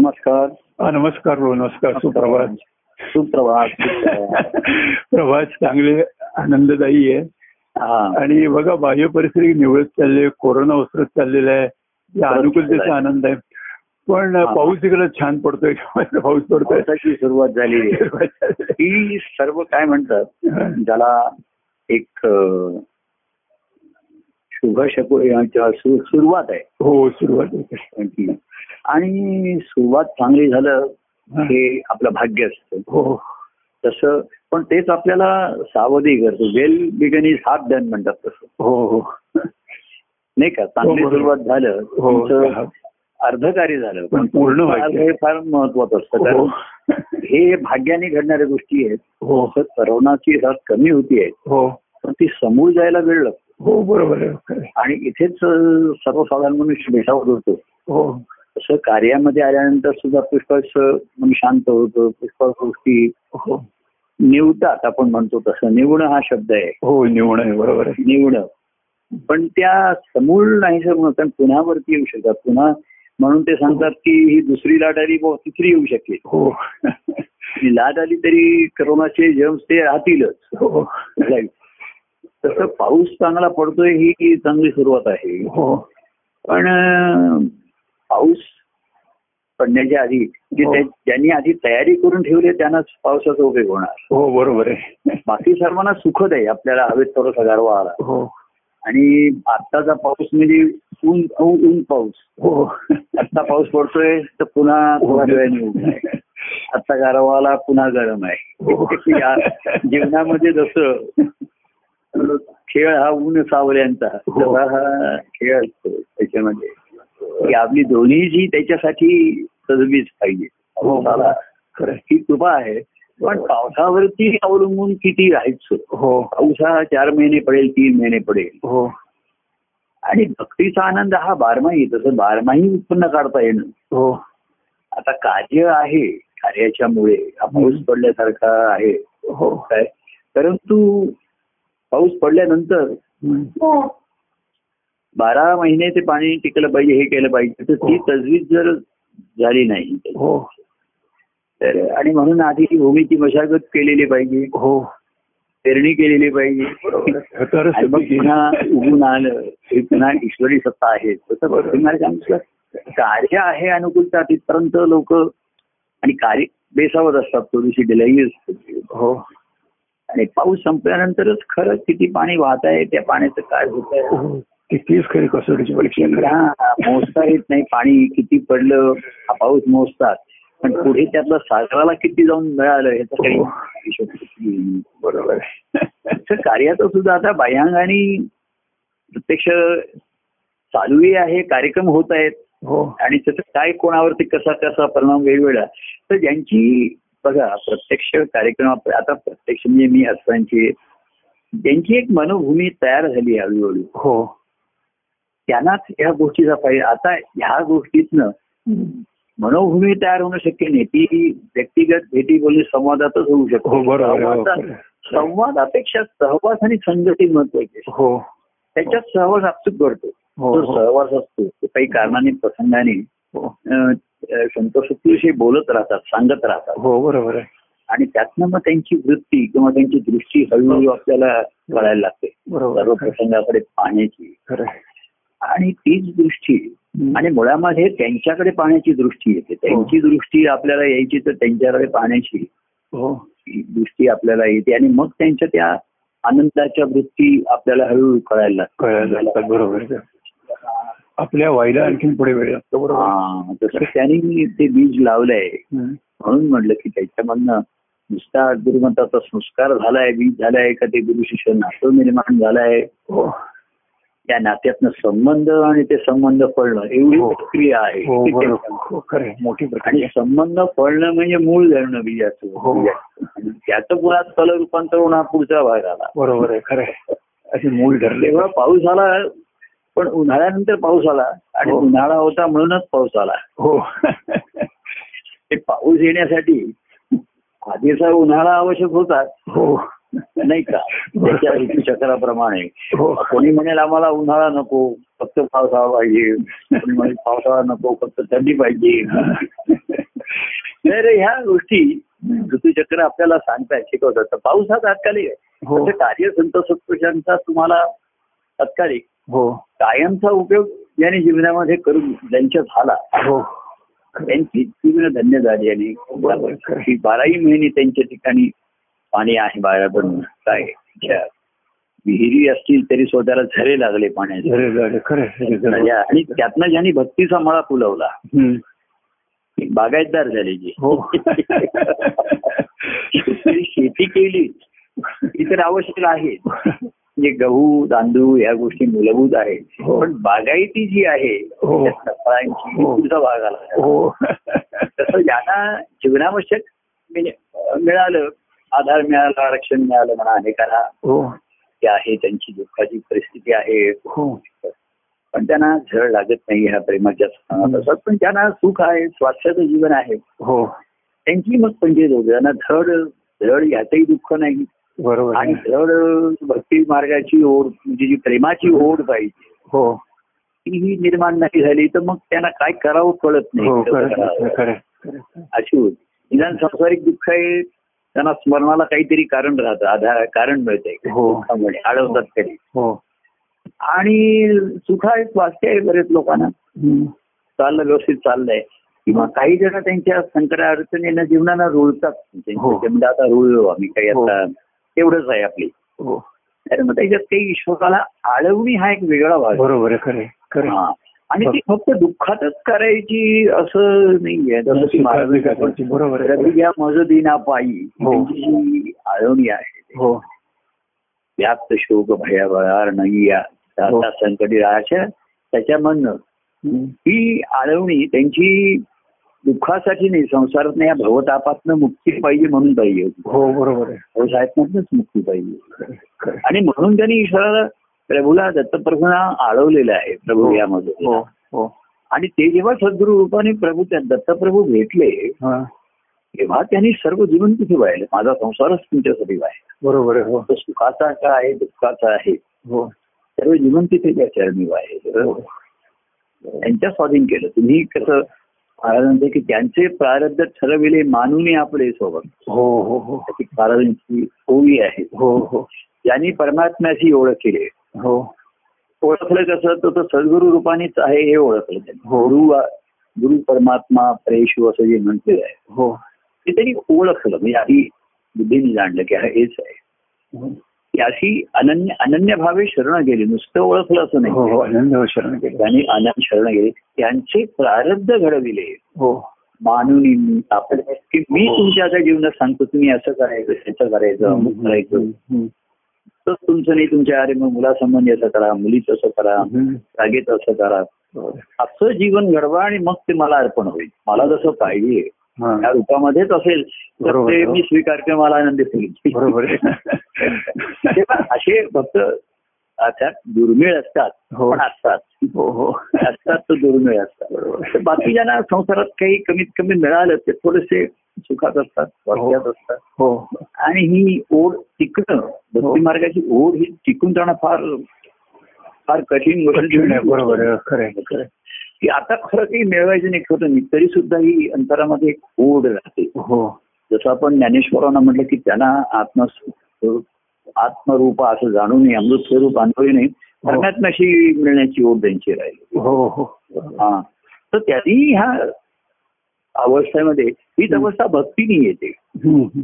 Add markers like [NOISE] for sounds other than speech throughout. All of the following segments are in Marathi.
नमस्कार हा नमस्कार भाऊ नमस्कार सुप्रभात सुप्रभात प्रभात चांगले आनंददायी आहे हा आणि बघा बाह्य परिस्थिती निवडत चालली आहे कोरोना ओसरत चाललेला आहे या अनुकूलतेचा आनंद आहे पण हा. पाऊस इकडे छान पडतोय पाऊस पडतोय पावसाची सुरुवात झालेली आहे ही सर्व काय म्हणतात ज्याला एक अ, शुभ शकू यांच्या सु- सुरुवात आहे हो सुरुवात होते त्यांची. आणि सुरुवात चांगली झालं हे आपलं भाग्य असतं हो तसं पण तेच आपल्याला सावधी करतो well begun is half done म्हणतात तसं हो हो नाही का चांगली बरोबर. सुरुवात झालं हो तुमचं अर्धकार्य झालं पण पूर्ण व्हायचं. अर्ध हे फार महत्वाचं असतं हो कारण हे भाग्याने घडणाऱ्या गोष्टी आहेत हो तसं करोनाची साथ कमी होती आहे हो पण ती समोर जायला वेळ लागतो हो बरोबर आहे खरं आहे. आणि इथेच अं, सर्वसाधारण मनुष्य भेटावत होतो हो तसं कार्यामध्ये आल्यानंतर सुद्धा पुष्कळ म्हणजे शांत होतो पुष्कळ गोष्टी हो निवतात आपण म्हणतो तसं निवण हा शब्द आहे हो निवड आहे बरोबर आहे निवड पण त्या समूळ नाही म्हणून कारण पुन्हावरती येऊ शकतात पुन्हा म्हणून ते सांगतात की ही दुसरी लाट आली बुवा तिसरी येऊ शकेल हो ही लाट आली तरी करोनाचे जर्म्स ते राहतीलच हो Right. तसं पाऊस चांगला पडतोय ही चांगली सुरुवात आहे हो पण अं, पाऊस पडण्याच्या आधी जे हो. ते- ज्यांनी आधी तयारी करून ठेवली आहे त्यांनाच पावसाचा उपयोग होणार हो बरोबर आहे बाकी सर्वांना सुखद आहे आपल्याला हवेत थोडासा गारवा आला हो आणि आत्ताचा पाऊस म्हणजे ऊन ऊन ऊन पाऊस हो आत्ता पाऊस पडतोय तर पुन्हा थोड्या वेळाने ऊन आहे [LAUGHS] आत्ता गारवा आला पुन्हा गरम हो. आहे या जीवनामध्ये जसं खेळ हा ऊन सावल्यांचा हो. तसा हा खेळ असतो त्याच्यामध्ये की आपली दोन्ही जी त्याच्यासाठी तजवीज पाहिजे हो. पावसाला खरं आहे. ही कृपा आहे पण पावसावरती अवलंबून किती राहायचं हो पाऊस हा चार महिने पडेल तीन महिने पडेल हो आणि भक्तीचा आनंद हा बारमाही तसं बारमाही उत्पन्न काढता येणं हो आता कार्य आहे कार्याच्यामुळे हा पाऊस पडल्यासारखा आहे हो काय परंतु पाऊस पडल्यानंतर हम्म. बारा महिने ते पाणी टिकलं पाहिजे हे केलं पाहिजे तर ती तजवीज जर झाली नाही हो तर आणि म्हणून आधी ती भूमीची मशागत केलेली पाहिजे हो पेरणी केलेली पाहिजे तरच आणि मग पुन्हा उगून आलं हे पुन्हा ईश्वरी सत्ता आहे तसं बरोबर. भक्ती मार्गांचं कार्य आहे अनुकूलता तिथपर्यंत लोक आणि कार्य बेसावत असतात थोडीशी डिलाई असते हो आणि पाऊस संपल्यानंतरच खरंच किती पाणी वाहत आहे त्या पाण्याचं काय होत आहे हो. कितीच खरी कसोटीची परीक्षा आहे. हा मोजता येत नाही पाणी किती पडलं हा पाऊस मोजतात पण पुढे त्यातलं सागराला किती जाऊन मिळालं याचा काही हो. हिशोब नाही. बरोबर आहे असं कार्याचं सुद्धा आता बाह्यांग आणि प्रत्यक्ष चालूही आहे कार्यक्रम होत आहेत हो आणि त्याचा काय कोणावरती कसा कसा परिणाम वेगवेगळा तर ज्यांची बघा प्रत्यक्ष कार्यक्रम आप- आता प्रत्यक्ष म्हणजे मी असतांची ज्यांची एक मनोभूमी तयार झाली आहे हळूहळू हो त्यांनाच ह्या गोष्टीचा फायदा आता ह्या गोष्टीतनं मनोभूमी तयार होणं शक्य नाही ती व्यक्तिगत भेटी बोलणी संवादातच होऊ हो शकतो बरोबर आहे. हो, संवादात- खरं आहे. संवादापेक्षा सहवास आणि संघटित महत्वाचे आहे. हो त्याच्यात सहवास अचूक घडतो हो तो हो सहवास असतो तो काही कारणाने प्रसंगाने हो अं, अं, संत सत्विषयी बोलत राहतात सांगत राहतात हो बरोबर आहे आणि त्यातनं मग त्यांची वृत्ती किंवा त्यांची दृष्टी हो. हळूहळू आपल्याला कळायला लागते बरोबर सर्व आहे. खरं आहे. प्रसंगाकडे पाहण्याची खरं आहे. आणि तीच दृष्टी हम्म. आणि मुळामध्ये त्यांच्याकडे पाहण्याची दृष्टी येते त्यांची दृष्टी आपल्याला यायची तर त्यांच्याकडे पाहण्याची हो दृष्टी आपल्याला येते आणि मग त्यांच्या त्या आनंदाच्या वृत्ती आपल्याला हळूहळू कळायला लागतात. कळायला लागतात बरोबर आहे. आपल्या व्हायला आणखीन पुढे वेळ लागतो बरोबर आहे. हा, जसं त्यांनी ते बीज लावलंय हम्म. म्हणून म्हटलं की त्याच्यामधनं नुसता गुरुमंताचा संस्कार झालाय बीज झालाय का ते गुरु शिष्य नातं निर्माण झालाय हो त्या नात्यातनं संबंध आणि ते संबंध फळणं एवढी हो. प्रक्रिया आहे हो ती बरोबर त्याच्यामध्ये. हो, खरं आहे. मोठी आणि प्रक्रिया संबंध फळणं म्हणजे मूळ धरणं बीजाचं हो. आणि त्याचं मुळात कल रूपांतर होणं हा पुढचा भाग आला बरोबर आहे खरं आहे असे मूल धरले तेव्हा पाऊस आला पण उन्हाळ्यानंतर पाऊस आला आणि हो. उन्हाळा होता म्हणूनच पाऊस आला हो ते पाऊस येण्यासाठी आधीचा उन्हाळा आवश्यक होता हो नाही का त्याच्या ऋतुचक्राप्रमाणे हो कोणी म्हणेल आम्हाला उन्हाळा नको फक्त पावसाळा पाहिजे कोणी म्हणेल पावसाळा नको फक्त थंडी पाहिजे नाही रे ह्या गोष्टी ऋतुचक्र आपल्याला सांगताय शिकवतात पाऊस हा तात्कालिक आहे हो तसं कार्य संत सत्पुरुषांचा तुम्हाला तात्कालिक हो कायमचा उपयोग ज्यांनी जीवनामध्ये करून ज्यांच्या झाला हो त्यांची जीवन धन्य झाली आणि बरोबर. ही बाराही महिने त्यांच्या ठिकाणी पाणी आहे बाळा पण काय त्या विहिरी असतील तरी स्वतःला झरे लागले पाण्याचे अरे अरे, खरं आहे, अरे, जरूर. आणि त्यातनं ज्यांनी भक्तीचा मळा फुलवला हम्म. ती बागायतदार झाली [LAUGHS] जी हो शेतकरी शेती केली ही तर आवश्यक आहे म्हणजे गहू तांदूळ या गोष्टी मूलभूत आहेत हो. पण बागायती जी आहे हो. त्यातनं फळांची ही हो. पुढचा भाग आला हो तसं ज्यांना जीवनावश्यक म्हणजे, अं, मिळालं आधार मिळाला आरक्षण मिळालं म्हणा अनेकांना हो ते आहे त्यांची दुःखाची परिस्थिती आहे हो पण त्यांना झळ लागत नाही ह्या प्रेमाच्या स्थानात असतात पण त्यांना सुख आहे स्वास्थ्याचं जीवन आहे हो त्यांची मग पंचायत होते त्यांना धड धड याचंही दुःख नाही बरोबर आणि आहे. धड भक्ती मार्गाची ओढ म्हणजे जी प्रेमाची ओढ पाहिजे हो ती निर्माण नाही झाली तर मग त्यांना काय करावं कळत हो नाही खरं कसं करावं. आहे, खरं आहे, खरं आहे. अशी होती निदान संसारिक दुःख आहे त्यांना स्मरणाला काहीतरी कारण राहतं आधार कारण मिळतंय हो. दुःखामुळे अडवतात तरी हो आणि सुख आहे स्वास्थ्य आहे बरेच लोकांना हम्म. चाललं व्यवस्थित चाललंय किंवा काही जण त्यांच्या संकटा अडचणींना जीवनाला रुळतात हो. त्यांचे म्हणजे आता रुळलो आम्ही काही हो. आता एवढंच आहे आपली हो तर मग त्याच्यात काही ईश्वराला आळवणी हा एक वेगळा भाग आहे. बरोबर आहे खरं आहे, खरं आहे. हा. आणि ती फक्त दुःखातच करायची असं नाहीये जसं ती स्वीकारली करायची, बरोबर आहे. रवी घ्या मज दिना पायी हो. त्यांची जी आळवणी आहे हो व्याप्त शोक भयाभयार नाही या हो. आता संकटी राहायच्या त्याच्यामधनं हम्म. ही आळवणी त्यांची दुःखासाठी नाही संसारात या भवतापातनं मुक्ती पाहिजे म्हणून पाहिजे होती हो बरोबर आहे भवसाहेबांनाच मुक्ती पाहिजे होती. खरं आहे, खरं आहे. आणि म्हणून त्यांनी ईश्वराला प्रभूला दत्तप्रभूंना आळवलेलं आहे प्रभू हो. यामध्ये हो हो आणि ते जेव्हा सद्गुरु रूपाने प्रभू त्या दत्तप्रभू भेटले हा तेव्हा त्यांनी सर्व जीवन तिथे वाहिलं माझा संसारच तुमच्यासाठी वाहिला बरोबर आहे हो तो सुखाचा का आहे दुःखाचा आहे हो सर्व जीवन तिथे त्या चरणी वाहिलं हो. त्यांच्या स्वाधीन केलं तुम्ही कसं महाराजांचं की त्यांचे प्रारब्ध ठरविले मानून आपले सोबत हो हो हो त्याची महाराजांची ओवी आहे हो हो ज्यांनी परमात्म्याची ओळख केली हो ओळखलं कसं तर तो सद्गुरु रूपानेच आहे हे ओळखलं त्यांनी हो. गुरु गुरु परमात्मा प्रेशू असं जे म्हटलेलं आहे हो ते त्यांनी ओळखलं म्हणजे आधी बुद्धीने जाणलं की हा हेच आहे हो, ती अशी अनन्य अनन्य भावे शरण गेली नुसतं ओळखलं असं हो हो नाही आनंद शरण केलं त्यांनी अनन्य शरण गेली त्यांचे प्रारब्ध घडविले हो मानून आपण की मी तुमच्या आता जीवनात सांगतो तुम्ही असं करायचं त्याचं करायचं अमुक करायचं हम्म, हम्म, तर तुमचं नाही तुमच्या अरे मग मुलासंबंधी असं करा मुलीचं असं करा हम्म. जागेत असं करा बरोबर आहे. असं जीवन घडवा आणि मग ते मला अर्पण होईल मला जसं पाहिजे हा, त्या रूपामध्येच असेल तर बरोबर. ते मी स्वीकारते मला आनंद होईल बरोबर आहे. [LAUGHS] तेव्हा असे भक्त अर्थात दुर्मिळ असतात हो. पण असतात हो हो असतात तर दुर्मिळ असतात बरोबर तर बाकी ज्यांना संसारात काही कमीत कमी मिळालं ते थोडेसे सुखात असतात स्वास्थ्यात असतात हो आणि ही ओढ टिकणं भक्ती मार्गाची ओढ ही टिकून जाणं फार फार कठीण गोष्ट कठीण आहे, हो, बरोबर आहे, खरं आहे, खरं आहे. की आता खरं काही मिळवायचं नाही खरं नाही तरी सुद्धा ही अंतरामध्ये एक ओढ राहते हो जसं आपण ज्ञानेश्वरांना म्हटलं की त्यांना आत्म आत्मरूप असं जाणून नाही अमृत स्वरूप अनुभवी नाही परमात्म्याशी मिळण्याची ओढ त्यांची राहिली हो हो हा तर त्यांनी ह्या अवस्थेमध्ये हीच अवस्था भक्तीने येते हम्म, हम्म.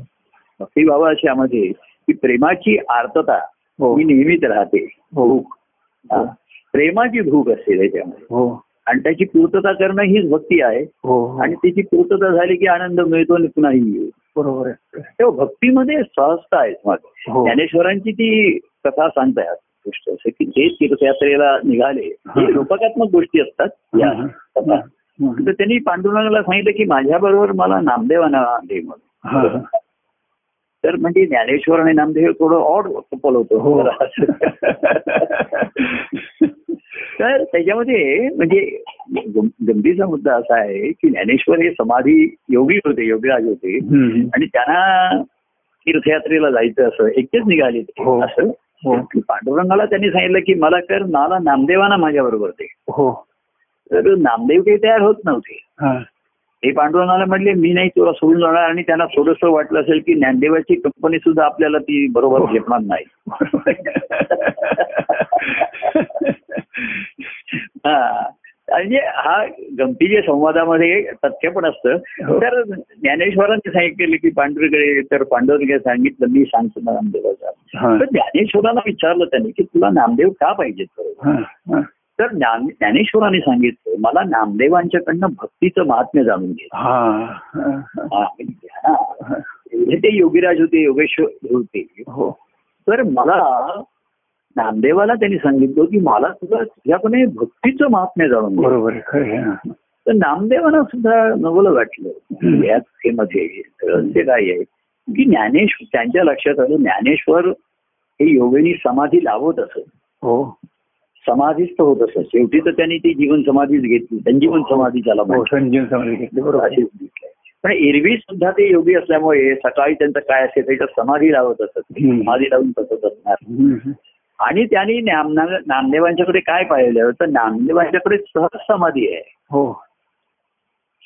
भक्ती भावा अशी यामध्ये की प्रेमाची आर्तता हो ही नेहमीच राहते हो हा. प्रेमाची भूक असते त्याच्यामध्ये हो आणि त्याची पूर्तता करणं हीच भक्ती आहे हो आणि त्याची पूर्तता झाली की आनंद मिळतो आणि पुन्हाही येईल बरोबर आहे तेव्हा भक्तीमध्ये सहजता आहे मात्र हो. ज्ञानेश्वरांची ती कथा सांगतायत गोष्ट असं की जे तीर्थयात्रेला निघाले हा. हे लोकात्मक गोष्टी असतात या हा. कथा. हम्म. तर त्यांनी पांडुरंगाला सांगितलं की माझ्याबरोबर मला नामदेवांना दे म्हणून हा, हा. तर म्हणजे ज्ञानेश्वर आणि नामदेव थोडं ऑड कपल हो. होतं तर त्याच्यामध्ये म्हणजे गं- गंभीरचा मुद्दा असा आहे की ज्ञानेश्वर हे समाधी योगी होते योगीराज होते हम्म. आणि त्यांना तीर्थयात्रेला जायचं असं एकटेच निघाले ते हो. असं हो की पांडुरंगाला त्यांनी सांगितलं की मला कर मला नामदेवांना माझ्या बरोबर दे हो तर नामदेव काही तयार होत नव्हते हा हे पांडुरंगाला म्हणले मी नाही तुला सोडून जाणार आणि त्यांना थोडस वाटलं असेल की ज्ञानदेवाची कंपनी सुद्धा आपल्याला ती बरोबर झेपणार [LAUGHS] नाही हा म्हणजे हा गमतीच्या संवादामध्ये तथ्य पण असतं हो. तर ज्ञानेश्वरांनी सांगितलेलं की पांडुरकडे तर पांडुरकडे सांगितलं मी सांगतो नामदेवाचा हा. तर ज्ञानेश्वराला विचारलं त्यांनी की तुला नामदेव का पाहिजेत बरोबर हा, हा. तर ज्ञान- ज्ञानेश्वराने सांगितलं मला नामदेवांच्याकडनं भक्तीचं महात्म्य जाणून घे हा, हा, हा. हा, म्हणजे हा. एवढे ते योगीराज होते योगेश्वर हे होते हो तर मला नामदेवाला त्यांनी सांगितलं की मला सुद्धा तुझ्याकडे भक्तीचं महात्म्य जाणून घे बरोबर आहे, खरं आहे, हा. तर नामदेवांना सुद्धा नवलं वाटलं हम्म. यात हे मध्ये रहस्य काय आहे की ज्ञानेश्वर त्यांच्या लक्षात आलं ज्ञानेश्वर हे योगिनी समाधी लावत असत हो समाधीच होत असत शेवटी तर त्यांनी ती जीवन समाधीच घेतली संजीवन समाधी त्याला हो म्हणतात. संजीवन समाधी घेतली बरोबर आहे. अशीच घेतली. पण एरवी सुद्धा ते योगी असल्यामुळे सकाळी त्यांचं काय असेल त्याच्यात समाधी लावत असत हम्म. समाधी लावून बसत असणार हम्म. आणि त्यांनी नामना- नामदेवांच्याकडे काय पाहिलं तर नामदेवांच्याकडे सहज समाधी आहे हो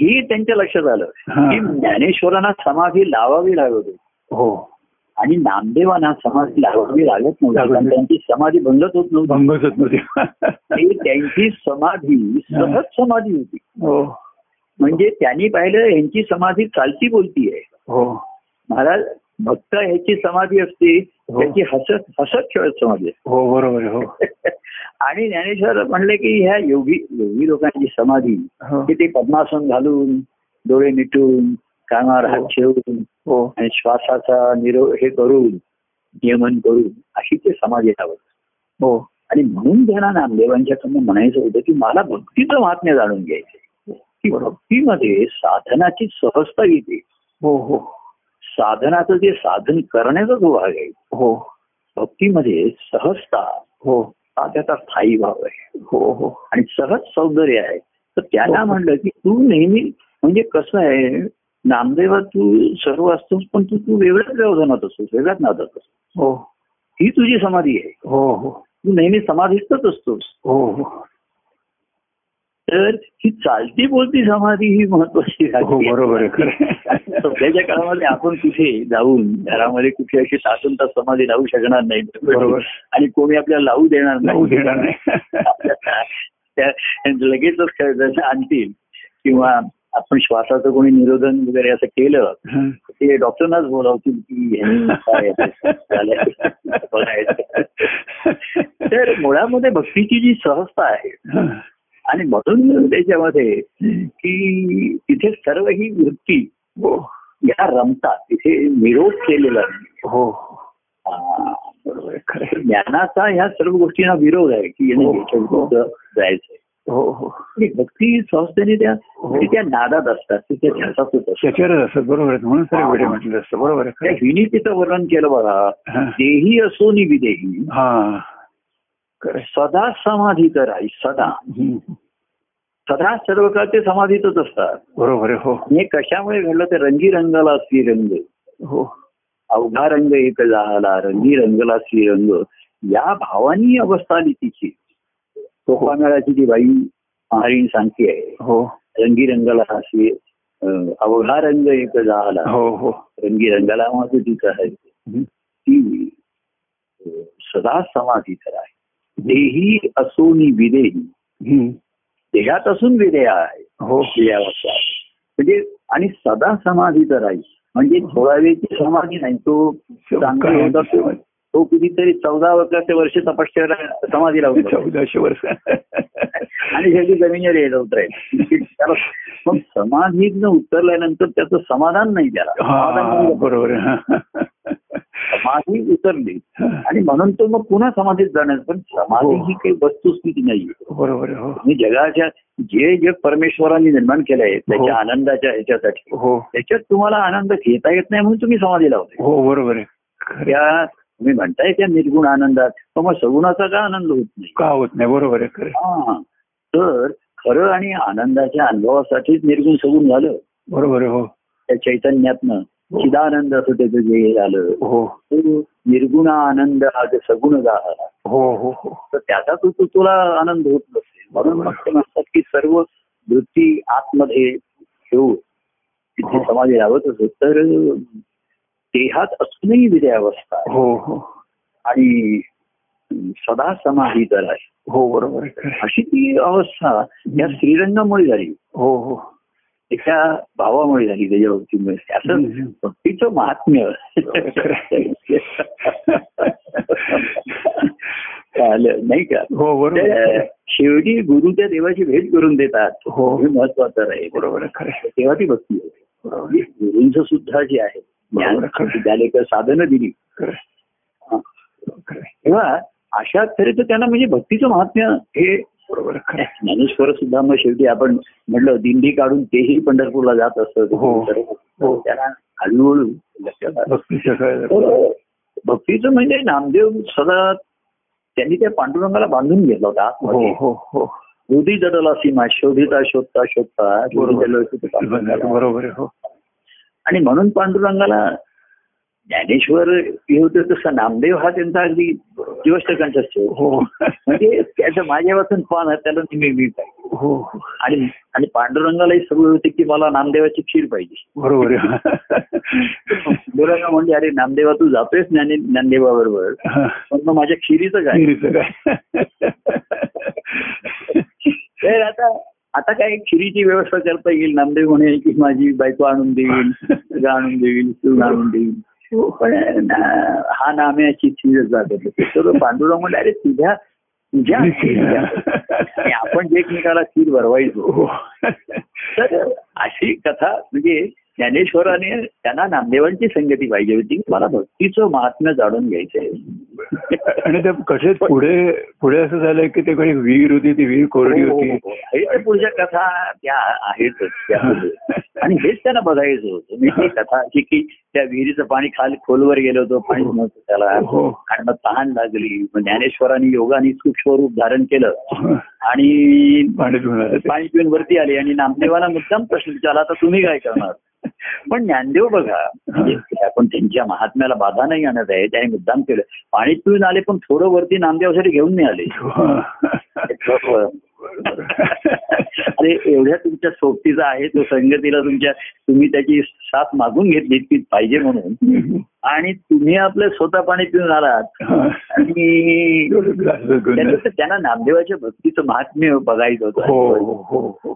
ही त्यांच्या लक्षात आलं हा. की ज्ञानेश्वरांना समाधी लावावी लागत होती हो आणि नामदेवांना समाधी लावावी लागत नव्हती लागत कारण नाही. त्यांची समाधी भंगत होत नव्हती भंगच होत नव्हती ते त्यांची समाधी हा. सहज समाधी होती हो म्हणजे त्यांनी पाहिलं यांची समाधी चालती बोलती आहे हो महाराज भक्त ह्याची समाधी असते त्याची हसत हसत खेळत समाधी असते हो बरोबर आहे, [LAUGHS] आणि ज्ञानेश्वर म्हणले की ह्या योगी योगी लोकांची समाधी हो की ते पद्मासन घालून डोळे मिटून कानावर हात ठेवून हो आणि श्वासाचा निरो हे करून नियमन करून अशी ते समाधी लावत हो आणि म्हणून त्यांना नामदेवांच्याकडनं म्हणायचं होतं की मला भक्तीचं महात्म्य जाणून घ्यायचं की भक्तीमध्ये साधनाची सहजता येते हो हो साधनाचं जे साधन करण्याचा जो भाग आहे हो भक्तीमध्ये सहजता हो हा त्याचा स्थायी भाव आहे हो हो आणि सहज सौंदर्य आहे तर त्याला म्हणलं की तू नेहमी म्हणजे कसं आहे नामदेवा तू सर्व असतोस पण तू तू वेगळ्याच व्यवधानात असतोस वेगळ्याच नादात असतोस हो ही तुझी समाधी आहे हो हो तू नेहमी समाधीतच असतोस हो हो तर ही चालती बोलती समाधी ही महत्वाची हो आहे. बरोबर आहे खरं आहे. सध्याच्या काळामध्ये आपण कुठे जाऊन घरामध्ये कुठे अशी तासून तास समाधी लावू शकणार नाही बरोबर. आणि कोणी आपल्याला लावू देणार लावू नाही देणार नाही त्या लगेचच क- जसं आणतील किंवा आपण श्वासाचं कोणी निरोधन वगैरे असं केलं हं. ते डॉक्टरनाच बोलावतील की ह्यांनी काय झालंय, बघायचं. तर मुळामध्ये भक्तीची जी सहजता आहे हं. आणि म्हणून त्याच्यामध्ये की तिथे सर्व ही वृत्ती हो या रमतात तिथे निरोध केलेला नाही. हो हा. बरोबर आहे, खरं आहे. ज्ञानाचा ह्या सर्व गोष्टींना विरोध आहे की हो, हो. जायचं हो हो भक्ती सहजतेने त्या हो. ते त्या नादात असतात तिथे ध्यासात असतात त्याच्यावरच असत बरोबर आहे म्हणून सर्व वेळे म्हटलं असतं बरोबर आहे त्या खरं आहे. विनितीचं वर्णन केलं बघा हं. देही असो नि विदेही हा खरं आहे. सदा समाधी कराय सदा हं. सदा सर्व काळ ते समाधीतच असतात बरोबर आहे हो आणि हे कशामुळे घडलं तर रंगी रंगाला असली रंग हो अवघा रंग एक झाला रंगी रंगला असली रंग या भावानी अवस्था आली तिची सोपामेळाची ती बाई महारीण सांगते आहे हो रंगी रंगाला असली अं, अवघा रंग एक झाला हो हो रंगी रंगाला मधुतीच आहे हं. ती अं, सदा समाधी आहे देही असोनी विदेही हं. देहात असून विदेह आहे हो या वाक्यात. म्हणजे आणि सदा समाधी करायची म्हणजे थोडा वेळची समाधी नाही तो चांगला होता तो- तो कुठेतरी चौदा वर्षाचे वर्ष तपश्चर्या समाधी लावून जातो. चौदाशे वर्ष आणि शेवटी जमिनीवर येत उतरायचं त्याला मग समाधीतनं उतरल्यानंतर त्याचं समाधान नाही त्याला समाधान हा नाही. बरोबर आहे. समाधी उतरली हा. आणि म्हणून तो मग पुन्हा समाधीत जाणार पण समाधी हो. ही काही वस्तुस्थिती नाही बरोबर आहे, आणि जगाच्या जे जग परमेश्वराने निर्माण केलं आहे त्याच्या हो. आनंदाच्या ह्याच्यासाठी हो हो त्याच्यात तुम्हाला आनंद घेता येत नाही म्हणून तुम्ही समाधी लावते हो बरोबर आहे खरं आहे. त्या तुम्ही म्हणताय त्या निर्गुण आनंदात पण मग सगुणाचा का आनंद होत नाही का होत नाही बरोबर आहे खरं आहे. हा तर खरं आणि आनंदाच्या अनुभवासाठीच निर्गुण सगुण झालं बरोबर आहे हो त्या चैतन्यातनं चिदानंद असं त्याचं जे झालं हो तो निर्गुण आनंद आज सगुण झाला हो हो हो तर त्याचा तू तू- तुला आनंद होत नसेल म्हणून मग ते म्हणतात की सर्व वृत्ती आतमध्ये ठेवून तिथे हो. समाधी लावत असो तर देहात असूनही विद्यावस्था आहे. हो हो आणि सदा समाधी दर आहे हो बरोबर आहे खरं आहे. अशी ती अवस्था या श्रीरंगामुळे झाली हो हो त्याच्या भावामुळे झाली त्याच्या भक्तीमुळे असं हम्म. भक्तीचं महात्म्य [LAUGHS] चालेल नाही का हो बरोबर आहे. त्या शेवटी गुरु त्या देवाची भेट करून देतात हो. हे महत्वाचं आहे बरोबर आहे खरं आहे. तेव्हा ती भक्ती होते बरोबर आणि आहे, गुरूंचं सुद्धा जे आहे ज्ञान बरोबर खरं. झाले का साधनं दिली खरं आहे. हा. खरं आहे. तेव्हा अशा तऱ्हेचं त्यांना म्हणजे भक्तीचं महात्म्य हे बरोबर आहे, खरं आहे. ज्ञानेश्वर सुद्धा मग शेवटी आपण म्हणलं दिंडी काढून तेही पंढरपूरला जात असत हो. हो. त्यांना हळूहळू लक्षात आलं. भक्तीचं कळलं. तर भक्तीचं म्हणजे नामदेव सदा त्यांनी त्या पांडुरंगाला बांधून घेतला होता हो आतमध्ये. हो हो शोधी जडला सीमा शोधिता शोधता शोधता शोधी बरोबर. जडला सीमा पांडुरंगाला. बरोबर आहे हो आणि म्हणून पांडुरंगाला ज्ञानेश्वर हे होते तसा नामदेव हा त्यांचा अगदी ज्येष्ठ कंठस्थ होता. हो म्हणजे त्याचं माझ्यापासून पान आहे, त्याला नेहमी मी पाहिजे हो आणि आणि पांडुरंगालाही सवय होती की मला नामदेवाची खीर पाहिजे बरोबर आहे पांडुरंगा म्हणजे अरे नामदेवा तू जातोयस ज्ञाने ज्ञानदेवा बरोबर पण मग माझ्या खिरीचं काय खिरीचं काय तर आता आता काय खिरीची व्यवस्था करता येईल नामदेव म्हणे की माझी बायको आणून देईल सगळं आणून देईल सून आणून देईल हो, पण ना- हा नाम्याची खीर जात होती तर पांडुराव म्हणले अरे तुझ्या तुझ्या खीर द्या. आणि आपण जे एकमेकाला खीर भरवायचो हो तर अशी कथा म्हणजे ज्ञानेश्वराने त्यांना नामदेवांची संगती पाहिजे होती मला भक्तीचं महात्म्य जाणून घ्यायचंय आणि ते कसे पुढे पुढे असं झालंय की ते काही विहीर होती ती विहीर कोरडी हो, हो, होती हो. हे तर पुढच्या कथा त्या आहेतच त्या हो, आणि हेच त्यांना बघायचं होतं मी ती कथा अशी की त्या विहिरीचं पाणी खाल खोलवर गेलं होतं पाणी नव्हतं त्याला हो आणि मग तहान लागली मग ज्ञानेश्वरांनी योगाने सूक्ष्म रूप धारण केलं आणि पाणी पिऊन आलं ते. हो. पाणी पिऊन वरती आले आणि नामदेवाला मुद्दाम प्रश्न विचारला आता तुम्ही काय करणार पण ज्ञानदेव बघा म्हणजे आपण त्यांच्या महात्म्याला बाधा नाही आणत आहे त्याने मुद्दाम केलं पाणी पिऊन आले पण थोडं वरती नामदेवासाठी घेऊन नाही आले हो. अरे एवढ्या तुमच्या सोबतीचा आहे तो संगतीला तुमच्या तुम्ही त्याची साथ मागून घेतली ती पाहिजे म्हणून आणि तुम्ही आपलं स्वतः पाणी पिऊन आलात आणि एवढं glass घेऊन आलं. त्यानंतर त्यांना नामदेवाच्या भक्तीचं महात्म्य बघायचं हो होतं हो हो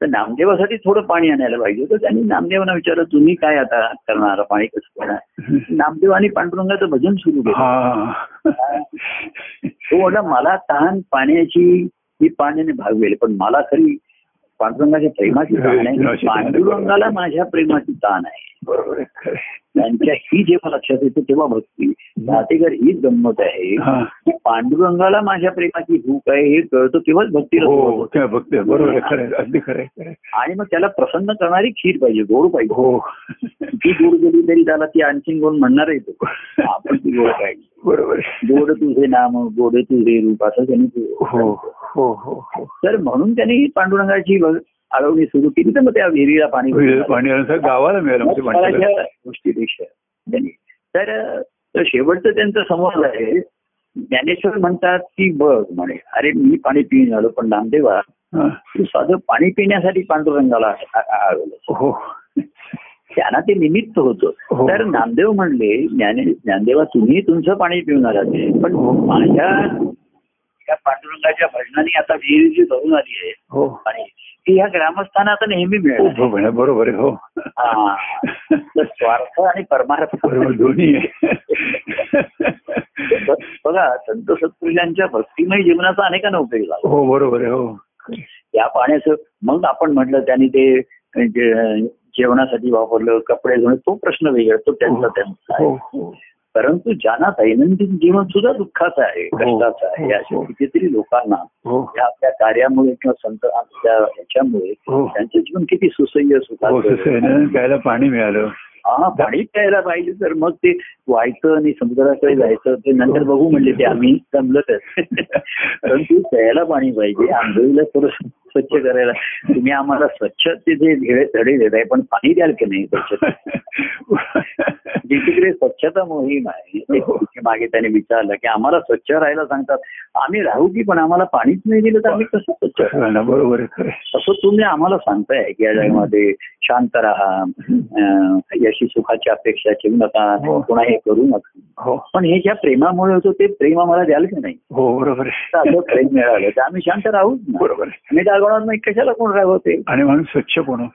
तर नामदेवासाठी थोडं पाणी आणायला पाहिजे होतं त्यांनी नामदेवांना विचारलं तुम्ही काय आता करणार पाणी कसं हो. करणार नामदेव आणि पांडुरंगाचं भजन सुरू केलं हा तो म्हणला मला तहान पाण्याची ही पाण्याने भागवेल पण मला खरी पांडुरंगाच्या प्रेमाची तहान आहे पांडुरंगाला माझ्या प्रेमाची ताण आहे बरोबर आहे, खरं आहे. त्यांच्या ही जेव्हा लक्षात येते तेव्हा भक्ती नातेकर हीच गंमत आहे हा. की पांडुरंगाला माझ्या प्रेमाची भूक आहे हे कळतं तेव्हाच भक्तीला हो सुरुवात होते. त्या भक्ती आहे, बरोबर आहे खरं आहे, अगदी खरं आहे, खरं आहे. आणि मग त्याला प्रसन्न करणारी खीर पाहिजे गोड पाहिजे हो ती गोड गेली तरी त्याला ती आणखीन गोड म्हणणार आहे तो आपण ती गोड पाहिजे बरोबर आहे. गोड तुझे नाम गोड तुझे रूप असं त्यांनी ते- हो हो हो हो तर म्हणून त्यांनी पांडुरंगाची भ- आळवणी सुरू केली तर मग त्या विहिरीला पाणी विहिरीला पाणी आलं सर गावाला मिळालं म्हणजे माणसाला. पाण्याच्या गोष्टीपेक्षा त्यांनी तर तर शेवटचं त्यांचा संवाद आहे ज्ञानेश्वर म्हणतात की बघ म्हणे अरे मी पाणी पिऊन आलो पण नामदेवा हा. तू साधं पाणी पिण्यासाठी पांडुरंगाला आ- आ- आळवलं हो त्यांना ते निमित्त होतं हो. तर नामदेव म्हणले ज्ञाने ज्ञानदेवा तुम्ही तुमचं पाणी पिऊन आलात पण माझ्या या पांडुरंगाच्या भजनाने आता विहीर जी भरून आली आहे हो पाणी ती ह्या ग्रामस्थांना आता नेहमी मिळेल हो म्हणे, बरोबर आहे हो हा. तर स्वार्थ आणि परमार्थ बरोबर दोन्ही आहे ब- बघा संत सत्पुरुषांच्या भक्तिमय जीवनाचा अनेकांना उपयोग झाला हो बरोबर आहे हो या पाण्याचं मग आपण म्हटलं त्यांनी ते जे- जेवणासाठी वापरलं कपडे धुणं तो प्रश्न वेगळा तो त्यांचा त्यांचा आहे. हो हो परंतु ज्यांना दैनंदिन जीवन सुद्धा दुःखाचं आहे हो. कष्टाचं आहे हो. अशा कितीतरी लोकांना हो या आपल्या कार्यामुळे किंवा संत आपल्या ह्याच्यामुळे हो. त्यांचं जीवन किती सुसह्य हो सुखाचं सुसैन्यानं प्यायला पाणी मिळालं हा पाणी प्यायला पाहिजे तर मग ते व्हायचं आणि समुद्राकडे जायचं ते नंतर [LAUGHS] बघू म्हणले ते आम्ही जमलं तर परंतु प्यायला पाणी पाहिजे आंघोळीला थोडस स्वच्छ करायला तुम्ही आम्हाला स्वच्छ ते जे धडे धडे देताय पण पाणी द्याल की नाही स्वच्छता जी तिकडे स्वच्छता मोहीम आहे ते हो. तिथे मागे त्याने विचारलं की आम्हाला स्वच्छ राहायला सांगतात आम्ही राहू की पण आम्हाला पाणीच नाही दिलं तर आम्ही कसं स्वच्छ राहू? हो ना, बरोबर आहे खरं आहे. असं तुम्ही आम्हाला सांगताय की या जगामध्ये शांत राहा अं, याशी सुखाची अपेक्षा ठेवू नका हो. पुन्हा हे करू नका हो पण हे ज्या प्रेमामुळे होतं ते प्रेम आम्हाला द्याल की नाही हो बरोबर तर आहे असं प्रेम मिळालं तर आम्ही शांत राहूच ना बरोबर आहे मी रागवणार नाही कशाला कोण रागवते आणि म्हणून स्वच्छ पण हो.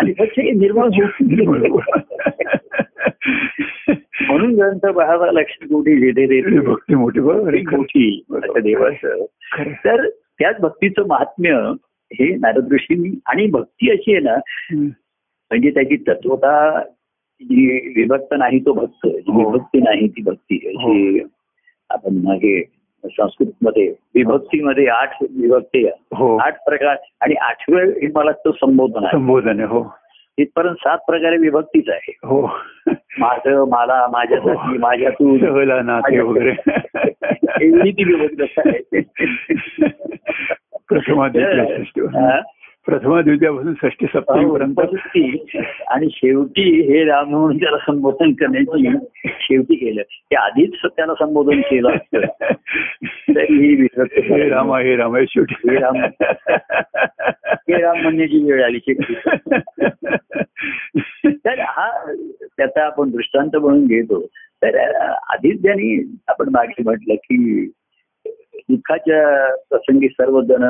आणि स्वच्छ हे निर्मळ निर्मळ होऊ. हो. म्हणून ग्रंथ पहावा लक्ष कोठी जेथे ही देते भक्ती मोठी बरोबर आहे खरं. कोठी असं देवाचं खरं आहे. तर त्याच भक्तीचं महात्म्य हे नारद ऋषींनी आणि भक्ती अशी आहे ना हम्म. म्हणजे त्याची तत्वता जी विभक्त नाही तो भक्त जी हो. विभक्ती नाही ती भक्ती हो. अशी आपण मागे संस्कृत मध्ये विभक्तीमध्ये आठ विभक्ती आहे. हो आठ प्रकार आणि आठवे हे मला तो संबोधन आहे संबोधन आहे हो तिथपर्यंत सात प्रकारे विभक्तीच आहे हो माझं मला [LAUGHS] माझ्यासाठी माझ्या तू [LAUGHS] सहला नाते वगैरे [LAUGHS] एवढी ती विभक्ती आहे [LAUGHS] प्रथमा द्वितीया षष्टी हा. प्रथमा द्वितीयापासून षष्टी अहो, सप्तमीपर्यंत उपस्थिती आणि शेवटी हे राम म्हणून त्याला संबोधन करण्याची शेवटी केलं ते आधीच त्याला संबोधन केलं असतं तर ही विभक्ती हे राम हे राम हे शेवटी हे राम. हे राम म्हणजे- म्हणण्याची वेळ आली शेवटी तर हा त्याचा आपण दृष्टांत म्हणून घेतो तर आधीच ज्यांनी आपण मागे म्हटलं की दुःखाच्या प्रसंगी सर्वजण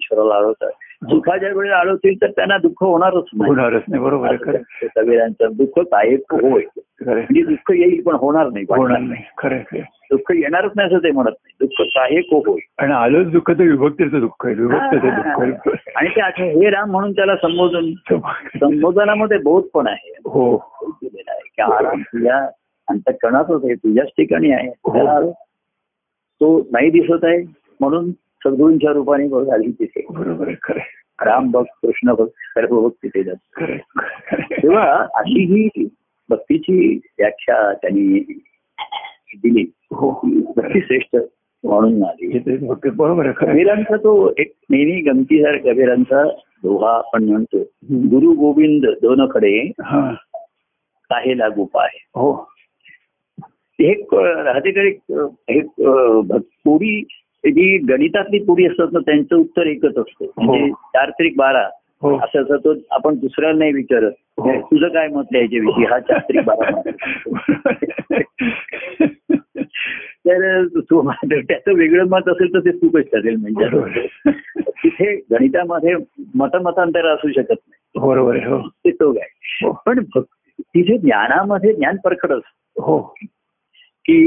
ईश्वराला आळवतात सुखाच्या वेळी आळवतील तर त्यांना दुःख होणारच नाही होणारच नाही बरोबर आहे खरं असं कबीरांचं दुःख साहेब होय खरं आहे. म्हणजे दुःख येईल पण होणार नाही होणार नाही खरं आहे, खरं आहे. दुःख येणारच नाही असं ते म्हणत नाही दुःख हो. सहाय्यक [LAUGHS] होय आणि आलंच दुःख तर विभक्तीचं दुःख आहे विभक्तीचं दुःख आहे. आणि ते आठव हे राम म्हणून त्याला संबोधन सम- संबोधनामध्ये बोध पण आहे [LAUGHS] हो बोध दिलेला आहे की हा राम तुझ्या अंतकरणातच आहे तुझ्याच ठिकाणी आहे हो. त्याला तो नाही दिसत आहे म्हणून सद्गुरूंच्या रूपाने बघ आली तिथे बरोबर आहे खरं आहे, राम भक्त कृष्ण भक्त सर्व भक्त तिथे जात खरं आहे, खरं आहे. तेव्हा अशी ही भक्तीची व्याख्या त्यांनी दिली हो भक्ती श्रेष्ठ म्हणून आली हे ते भक्ती- बरोबर आहे खरं आहे. कबीरांचा तो एक नेहमी गमतीदार कबीरांचा दोहा आपण म्हणतो हम्म. गुरु गोविंद दोन खडे हा काहेला गुपा आहे हो हे एक, अं, राहतेकडे एक, अं, हे एक, अं, भक- पुरी जी गणितातली पुरी असतात ना त्यांचं उत्तर एकच असतं म्हणजे चार त्रिक बारा हो असं असं तो आपण दुसऱ्याला नाही विचारत हो. तुझं काय मत याच्याविषयी हा चार त्रिक बारा म्हणतो. तर तू माझं- त्याचं वेगळं मत असेल तर ते चुकच ठरेल बरोबर म्हणजे आहे. तिथे गणितामध्ये मतमतांतर असू शकत नाही बरोबर आहे हो ते तो काय हो. पण भक्- तिथे ज्ञानामध्ये ज्ञान प्रकट असत हो की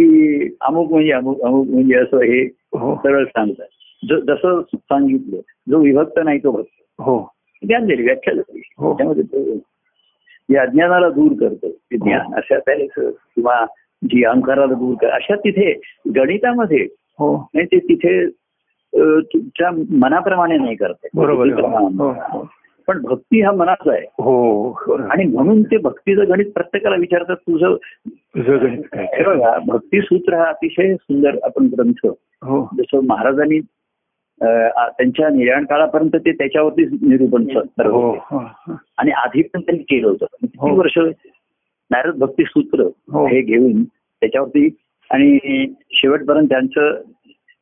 अमुक म्हणजे अमुक अमुक म्हणजे असं हे हो सरळ सांगतात ज- जसं सांगितलं जो विभक्त नाही तो भक्त हो ज्ञान दिली व्याख्या झाली हो. त्यामध्ये तो जे अज्ञानाला दूर करतो ते हो. ज्ञान अशा त्याला स- किंवा जी अहंकाराला दूर कर अशा तिथे गणितामध्ये हो नाही ते तिथे अ, तुमच्या मनाप्रमाणे नाही करते बरोबर आहे. प्रमाणे. हो हो पण भक्ती हा मनाचा आहे हो खरं आहे. आणि म्हणून ते भक्तीचं गणित प्रत्येकाला विचारतात तुझं तुझं गणित काय हे बघा भक्ती सूत्र हा अतिशय सुंदर आपण ग्रंथ हो जसं महाराजांनी अं, आ- त्यांच्या निर्याण काळापर्यंत ते त्याच्यावरती निरूपण स- करत हो होते. हो आणि आधी पण त्यांनी केलं होतं पण किती हो. वर्ष नारद भक्ती सूत्र हो. हे घेऊन त्याच्यावरती आणि शेवटपर्यंत त्यांचं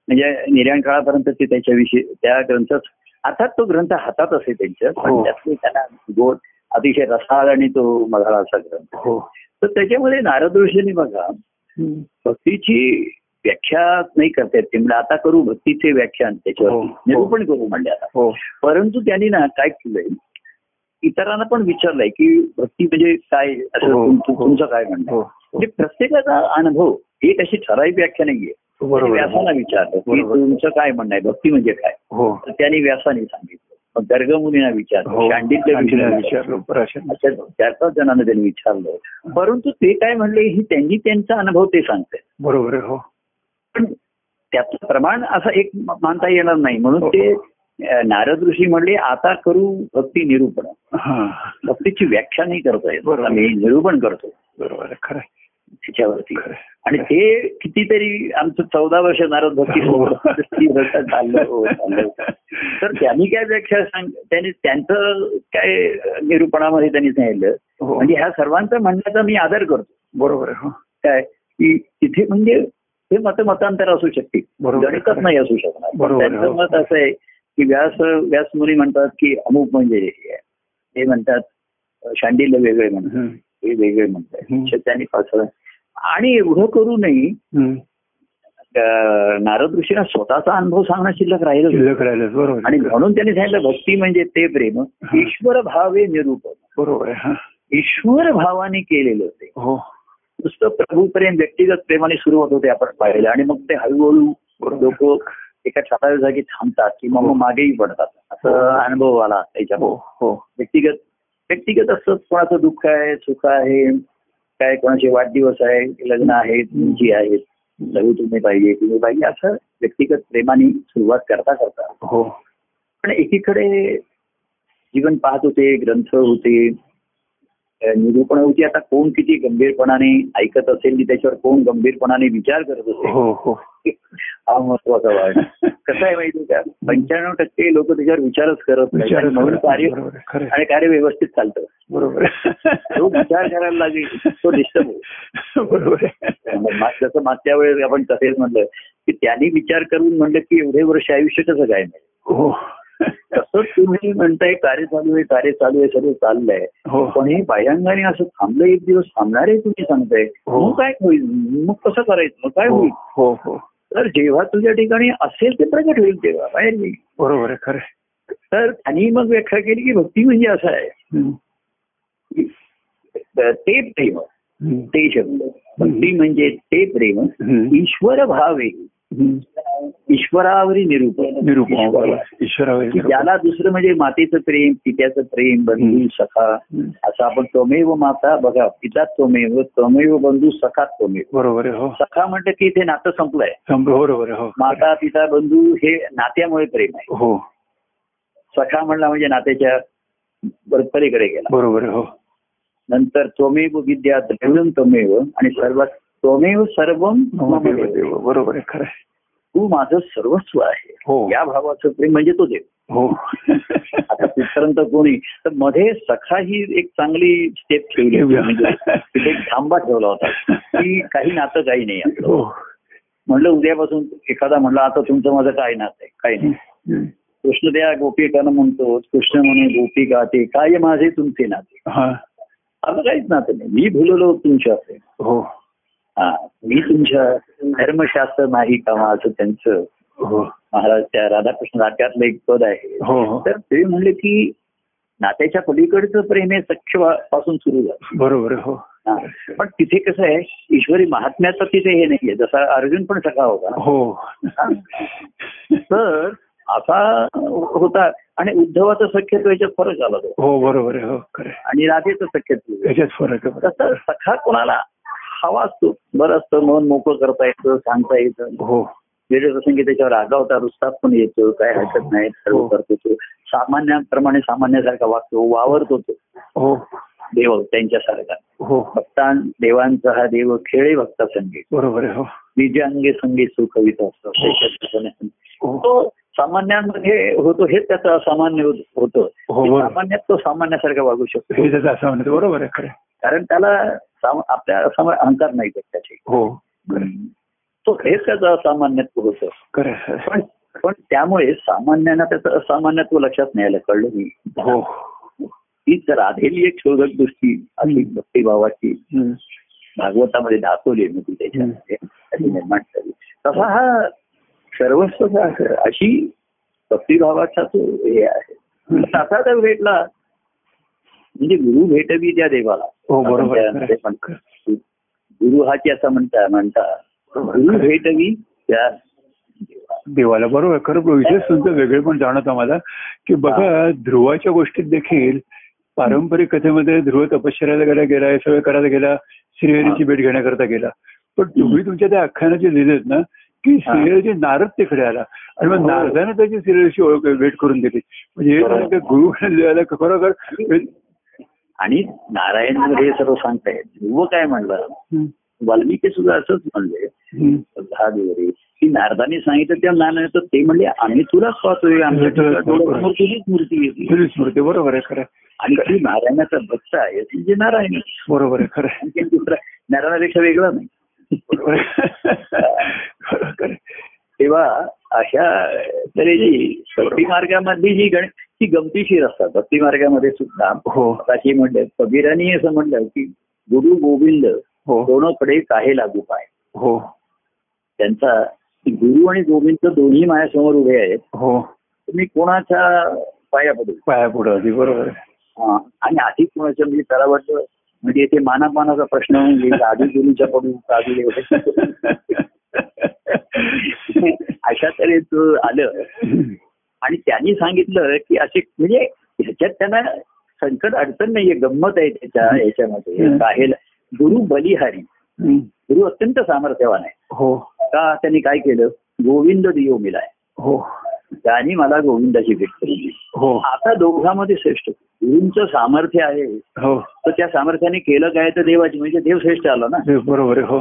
म्हणजे निर्याण काळापर्यंत ते त्याच्याविषयी त्या ग्रंथात अर्थात तो ग्रंथ हातात असे त्यांच्या पण हो. त्यातले त्यांना गोड अतिशय रसाळ आणि तो मधाळा असा ग्रंथ हो तर त्याच्यामुळे नारद ऋषींनी बघा हम्म. भक्तीची व्याख्या नाही करतायत ते म्हणजे आता करू भक्तीचे व्याख्यान हो, त्याच्यावर हो. निरूपण करू म्हणले आता हो परंतु त्यांनी ना काय केलंय इतरांना पण विचारलंय की भक्ती म्हणजे काय असं हो, तुम- तु- हो. तुमचं काय म्हणणं आहे? हो म्हणजे प्रत्येकाचा अनुभव एक अशी ठराविक व्याख्या नाहीये त्यांनी बरोबर व्यासाला आहे. विचारलं की बरोबर. तुमचं काय म्हणणं आहे भक्ती म्हणजे काय हो तर त्यांनी व्यासाने सांगितलं मग गर्गमुनींना हो विचारलं शांडिल्य शांडिल्य विचारलं विचारलं प्राशन अशा चार पाच जणांना त्यांनी विचारलं परंतु ते काय म्हणले ही त्यांनी त्यांचा अनुभव ते सांगतात बरोबर आहे हो पण त्याचं प्रमाण असं एक म- मानता येणार नाही म्हणून ते हो, अ, नारद ऋषी म्हणले आता करू भक्ती निरूपण हा भक्तीची व्याख्या नाही करता येत बरोबर. आम्ही निरूपण करतो बरोबर आहे खरं आहे, त्याच्यावरती खरं आहे. आणि ते कितीतरी आमचं चौदा वर्ष नारद भक्ती हो. होतं. ती भक्तात चाललं हो, चाललं. तर त्यांनी काय व्याख्या सांग त्यांनी त्यांचं काय निरूपणामध्ये त्यांनी सांगितलं हो. म्हणजे ह्या सर्वांचं म्हणण्याचा मी आदर करतो बरोबर आहे हो. काय की तिथे म्हणजे हे मत मतांतर असू शकते बरोबर. गणितच नाही असू शकणार पण बरोबर. हो. त्यांचं मत असं आहे की व्यास व्यास मुनी म्हणतात की अमुक म्हणजे हे आहे. हे म्हणतात अं, शांडिल्य वेगळे म्हणतात हम्म. हे वेगळे म्हणतात हम्म. अशे त्यांनी पासलं आणि एवढं करूनही हम्म. अं, नारद ऋषीला स्वतःचा अनुभव सांगणं शिल्लक राहिलं नाही. शिल्लक राहिलं बरोबर आणि आहे. म्हणून त्यांनी सांगितलं भक्ती म्हणजे ते प्रेम ईश्वर भावे निरूपण बरोबर आहे हा. ईश्वर भावाने केलेलं ते हो नुसतं प्रभू प्रेम व्यक्तिगत प्रेमाने सुरू होत होते आपण पाहिलं आणि मग ते हळूहळू बरोबर. लोक एका ठराविक जागी थांबतात किंवा मग मागेही पडतात असं अनुभव आला हो त्याच्यामुळे हो व्यक्तिगत व्यक्तिगत असतं कोणाचं दुःख आहे सुख आहे काय कोणाचे वाढदिवस आहे लग्न आहेत मुलगी आहेत लघु तुम्ही पाहिजे तुम्ही पाहिजे असं व्यक्तिगत प्रेमाने सुरुवात करता करता हो पण एकीकडे जीवन पाहत होते ग्रंथ होते अ, निरूपण होती आता कोण किती गंभीरपणाने ऐकत असेल आणि त्याच्यावर कोण गंभीरपणाने विचार करत असेल हो हो हा महत्वाचा भाग कसं आहे माहिती का पंच्याण्णव टक्के लोक त्याच्यावर विचारच करत नाही विचार कारण म्हणून कार्य बरोबर आहे, खरं आहे. आणि कार्य व्यवस्थित चालतं बरोबर आहे. जो विचार करायला लागेल तो डिस्टर्ब होईल बरोबर आहे. मग मा- जसं मागच्या वेळेस आपण तसेच म्हणलं की त्यांनी विचार करून म्हणलं की एवढे वर्ष आयुष्य कसं काय [LAUGHS] नाही हो तसंच तुम्ही म्हणताय कार्य चालू आहे कार्य चालू आहे सर्व चाललंय हो पण हे बाह्यांगाने असं थांबलं एक दिवस थांबणार आहे तुम्ही सांगताय हो. मग काय होईल मग कसं करायचं मग काय हो होईल हो हो तर जेव्हा तुझ्या ठिकाणी असेल ते प्रकट होईल तेव्हा बाहेर येईल बरोबर आहे खरं आहे. तर त्यांनी मग व्याख्या केली की भक्ती म्हणजे असं आहे हम्म. की ते प्रेम हम्म. ते शब्द भक्ती म्हणजे ते प्रेम हम्म. ईश्वर भावे हम्म. ईश्वरावरी निरूपण निरूपण ईश्वर. हो, बरोबर. ईश्वरावर की निरूपण. ज्याला दुसरं म्हणजे मातेचं प्रेम पित्याचं प्रेम बंधू हम्म. सखा हम्म. असं आपण त्वमेव माता बघा पिता त्वमेव त्वमेव बंधू सखा त्वमेव बरोबर आहे हो सखा म्हणतं की ते नातं संपलंय सम- बरोबर आहे हो माता पिता बंधू हे नात्यामुळे प्रेम आहे हो सखा म्हणला म्हणजे नात्याच्या बर- पलीकडे गेला बरोबर आहे हो नंतर त्वमेव विद्या द्रविडम त्वमेव आणि सर्व त्वमेव सर्व नमो देव देव. बरोबर आहे खरं आहे. तू माझं सर्वस्व आहे हो या भावाचं प्रेम म्हणजे तो देव हो आता तिथपर्यंत कोणी तर मध्ये सखा ही एक चांगली स्टेप ठेवली होती. म्हणजे तिथे एक थांबा ठेवला होता की काही नातं काही नाही आपलं हो म्हणलं उद्यापासून एखादा म्हणला आता तुमचं माझं काय नातं आहे काही नाही हम्म. कृष्ण त्या गोपिकानं म्हणतो कृष्ण म्हणे गोपिका ते काय माझे तुमचे नाते हा आता काहीच नातं नाही मी भुललो तुमच्या असे हो हा मी तुमच्या धर्मशास्त्र नाही का असं त्यांचं हो महाराज त्या राधाकृष्ण नाट्यातलं एक पद आहे हो हो तर ते म्हणले की नात्याच्या पलीकडचं प्रेम हे सख्य पासून सुरू झालं बरोबर आहे हो हा. पण तिथे कसं आहे ईश्वरी महात्म्याचं तिथे हे नाहीये जसा अर्जुन पण सखा होता हो [LAUGHS] तर असा होता आणि उद्धवाचं सख्यत्व याच्यात फरक आला तो हो बरोबर आहे हो खरं आहे. आणि राधेचं सख्यत्व त्याच्यात फरक आहे बरोबर. तसं सखा कोणाला हवा असतो बरं असतं मन मोकळं करता येतं सांगता येतं हो वेगळे प्रसंगी त्याच्यावर रागावता रुस्तात पण येतो काय हरकत नाही सर्व हो. करतो तो सामान्याप्रमाणे सामान्यासारखा वागतो वावरतो तो हो देव त्यांच्यासारखा हो भक्तां देवांचा हा देव खेळे भक्ता संगीत बरोबर आहे हो बीजांगे संगीत सुकवित असतो त्याच्यात त्याच्याने हो तो सामान्यांमध्ये होतो हे त्याचं असामान्य होत- होतं हो, की बरोबर. सामान्यात तो सामान्यासारखा वागू शकतो हे त्याचं असं म्हणतो बरोबर आहे खरं आहे. कारण त्याला साम- आपल्या समोर अहंकार नाही करत त्याचे हो खरं आहे. तो हेच त्याचं असामान्यत्व होतं खरं आहे, खरं पण पण त्यामुळे सामान्यांना त्याचं असामान्यत्व लक्षात नाही आलं कळलं मी आहे. हो तीच राधेली एक शोधक दृष्टी अशी भक्तिभावाची हम्म. भागवतामध्ये दाखवली आहे मी ती त्याच्यामध्ये त्याची निर्माण झाली तसा हा सर्वस्व अशी भक्तिभावाचा तो हे आहे तसा जर भेटला म्हणजे गुरु भेटवी त्या देवाला हो, बरोबर. आपण त्या- आपण गुरु हाची असं म्हणता म्हणता गुरु भेटवी त्या देवाला बरोबर आहे. खरं विशेष तुमचं वेगळे पण जाणवतं मला की बघा ध्रुवाच्या गोष्टीत देखील पारंपरिक कथेमध्ये ध्रुव तपश्चर्याला गेला गेला सगळं करायला गेला श्रीहरीची भेट घेण्याकरता गेला पण तुम्ही तुमच्या त्या आख्यानात जे लिहिलेत ना की हा. श्रीहरीची नारद तिकडे आला आणि मग हो. नारदाने त्याची श्रीहरीची ओळख भेट करून दिली म्हणजे हे बरोबर. तर ते गुरु लिहायला खरोखर आणि नारायण हे सर्व सांगतायत ध्रुव काय म्हणलं हं, वाल्मिकी सुद्धा असंच म्हणले हं, दहा दिवस की नारदाने सांगितलं त्या नाना तर ते म्हणले आम्ही तुला पाहतोय आमच्या तुला डोळ्यासमोर तुझीच मूर्ती येते तुझी स्मृती बरोबर आहे खरं आहे. आणि तू नारायणाचा भक्त आहे म्हणजे नारायण बरोबर आहे खरं आहे. आणखी दुसरा नारायणापेक्षा वेगळा नाही बरोबर आहे. [LAUGHS] खरं आहे. तेव्हा अशा तऱ्हेची भक्ती मार्गामधली जी गण ती गमतीशीर असतात भक्ती मार्गामध्ये सुद्धा हो अशी म्हणलं कबीरानी असं म्हणलं की गुरु गोविंद हो दोनकडे काहे लागू पाय हो त्यांचा गुरु आणि गोविंद दोन्ही माझ्यासमोर उभे आहेत हो मी कोणाच्या पाया पडू पाया पुढं अगदी बरोबर आहे. हा. आणि आधी कोणाच्या म्हणजे त्याला वाटलं म्हणजे ते मानापानाचा प्रश्न होऊन गेला आधी गुरुच्या पडू का आधी देवाच्या? [LAUGHS] अशा तऱ्हेचं आलं आणि त्यांनी सांगितलं की असे म्हणजे ह्याच्यात त्यांना संकट अडचण नाहीये गंमत आहे त्याच्या याच्यामध्ये काहेला गुरु बलिहारी हम्म. गुरु अत्यंत सामर्थ्यवान आहे हो का त्यांनी काय केलं गोविंद दियो मिलाय हो त्यांनी मला गोविंदाची भेट करून दिली हो आता दोघांमध्ये श्रेष्ठ गुरुंचं सामर्थ्य आहे हो तर त्या सामर्थ्याने केलं काय तर देवाची म्हणजे देव श्रेष्ठ आला ना ते बरोबर आहे हो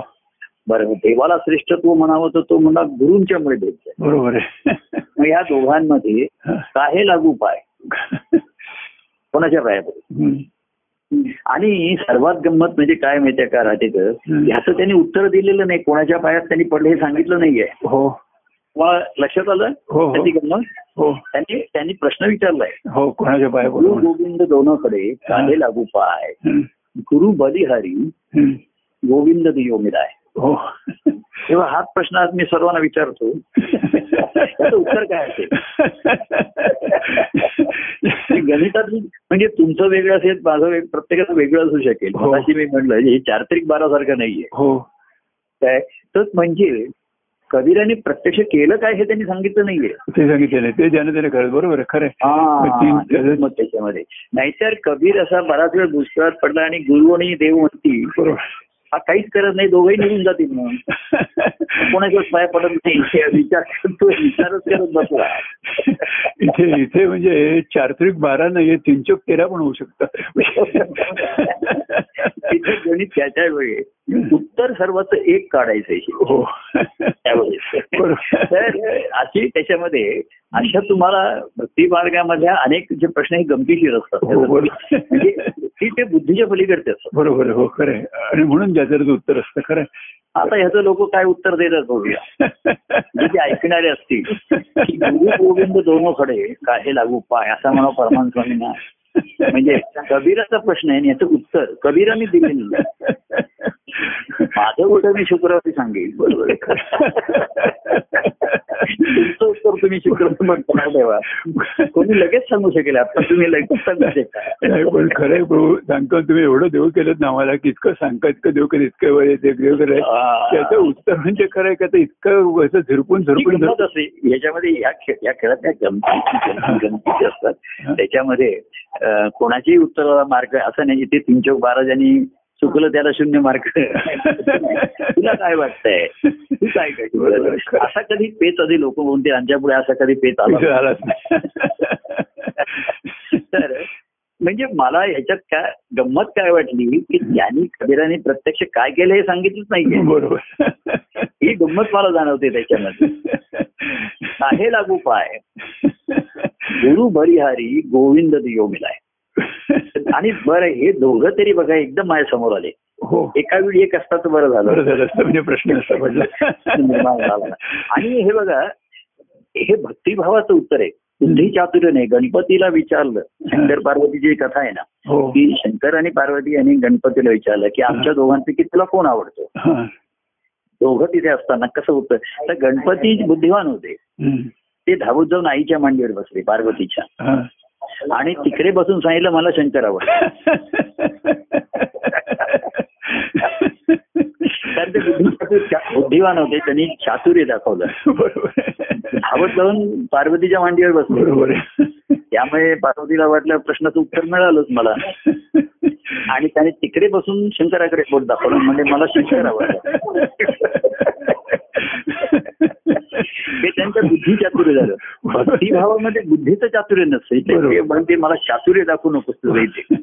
बरं देवाला श्रेष्ठत्व म्हणावं तर तो म्हणा गुरुंच्यामुळे देव झाला. बरोबर आहे मग या दोघांमध्ये काहे लागू पाय कोणाच्या पायामध्ये हम्म. आणि सर्वात गंमत म्हणजे काय माहितीये का राहते तर ह्याचं त्यांनी उत्तर दिलेलं नाही कोणाच्या पायात त्यांनी पडले हे सांगितलं नाहीये हो तुम्हाला लक्षात आलं हो हो त्याची गंमत हो त्यांनी त्यांनी प्रश्न विचारलाय हो कोणाच्या पाया गुरु बरोबर गोविंद दोनकडे काहे लागू पाय हम्म. गुरु बलिहारी हम्म. गोविंद दियो मिळाय हो तेव्हा हाच प्रश्न आज मी सर्वांना विचारतो त्याचं उत्तर काय असेल की गणितात म्हणजे तुमचं वेगळं असेल माझं वेग- प्रत्येकाचं वेगळं असू शकेल हो. अशी मी म्हटलं हे चारित्रिक बारा सारखं नाहीये हो काय तर म्हणजे कबीराने प्रत्यक्ष केलं काय हे त्यांनी सांगितलं नाहीये ते सांगितलेलं ते ज्याने त्याने खरं बरोबर आहे खरं आहे. हा, तीन- मग त्याच्यामध्ये नाहीतर कबीर असा बराच वेळ दुष्काळात पडला आणि गुरु आणि देव म्हणती बरोबर हा काहीच करत नाही दोघंही निघून जातील म्हणून कोणाच्याच पाया पडत नाही हे विचार करतोय विचारच करत बसला [LAUGHS] इथे इथे म्हणजे चारित्रिक बारा नाहीये तीन चौक तेरा पण होऊ [LAUGHS] शकतात तिथे गणित त्याच्या वेळी उत्तर सर्वांचं एक काढायचं आहे. हो त्यावेळेस बरोबर. तर अशी त्याच्यामध्ये अशा तुम्हाला भक्ती मार्गामधल्या अनेक जे प्रश्न हे गमतीशीर असतात हो, बरोबर. म्हणजे ती ते बुद्धीच्या पलीकडचे असतात बरोबर हो खरं आहे आणि म्हणून ज्याचं उत्तर असतं खरं आता ह्याचं लोक काय उत्तर देतात बघूया म्हणजे आहे. ते ऐकणारे असतील की गुरु गोविंद दोनो खडे काय हे लागू पाय असा म्हणा परमान स्वामींना म्हणजे कबीराचा प्रश्न आहे आणि याचं उत्तर कबीराने [LAUGHS] दिलेलं आहे. माझं उत्तर मी शुक्रवारी सांगेल बरोबर [LAUGHS] तुमचं उत्तर तुम्ही शुक्रवारी म्हणताना देवा कोणी लगेच सांगू शकेल आता तुम्ही लगेच सांगू शकता नाही पण खरं आहे प्रभू सांगतो तुम्ही एवढं देव केलं ना आम्हाला की इतकं सांगता इतकं देव केलं इतकं वेळ येते देव केलं आ, त्याचं उत्तर म्हणजे खरं आहे का ते इतकं असं झिरपून ही झिरपून गंमत असते याच्यामध्ये या खेळ या खेळात त्या गमती गमती असतात त्याच्यामध्ये अं, कोणाचेही उत्तराला मार्क असं नाही ते तीन चौक बारा जणी चुकलं त्याला शून्य [LAUGHS] मार्क तुला काय वाटतंय तू काय बरोबर, काय खरं. असा कधी पेच आधी लोक म्हणते आमच्या पुढे असा कधी पेच [LAUGHS] आला नाही. झालाच तर म्हणजे मला ह्याच्यात काय गंमत काय वाटली की त्यांनी कबीराने प्रत्यक्ष काय केलं हे सांगितलंच नाहीये बरोबर ही गंमत मला जाणवते त्याच्यामध्ये आहे लागू पाय गुरु बरिहारी गोविंद दियो मिलाय आणि बरं हे दोघं तरी बघा एकदम माझ्या समोर आले हो एका वेळी एक असता तर बरं बरं झालं झालं असतं म्हणजे प्रश्न असा पडला निर्माण झाला. आणि हे बघा हे भक्तिभावाचं उत्तर आहे बुद्धी चातुर्यने गणपतीला विचारलं शंकर पार्वतीची कथा आहे ना हो की शंकर आणि पार्वती यांनी गणपतीला विचारलं की आमच्या दोघांपैकी तुला कोण आवडतो हा. दोघं तिथे असताना कसं उत्तर तर गणपती बुद्धिमान होते हम्म. ते धावत जाऊन आईच्या मांडीवर बसले पार्वतीच्या हा. आणि तिकडे बसून सांगितलं मला शंकर आवडतो कारण ते बुद्धिमत्तेत चा- बुद्धिवान होते त्यांनी चातुर्य दाखवलं बरोबर धावत जाऊन पार्वतीच्या मांडीवर बसले बरोबर आहे. त्यामुळे पार्वतीला वाटलं प्रश्नाचं उत्तर मिळालंच मला आणि त्याने तिकडे बसून शंकराकडे पोट दाखवलं म्हणजे मला शंकर आवडलं ते त्यांच्या बुद्धी चातुर्य [LAUGHS] झालं भक्तिभावामध्ये बुद्धीचं चातुर्य नसतं इथे बरोबर. ते म्हणते मला चातुर्य दाखवू नकोस तुझं इथे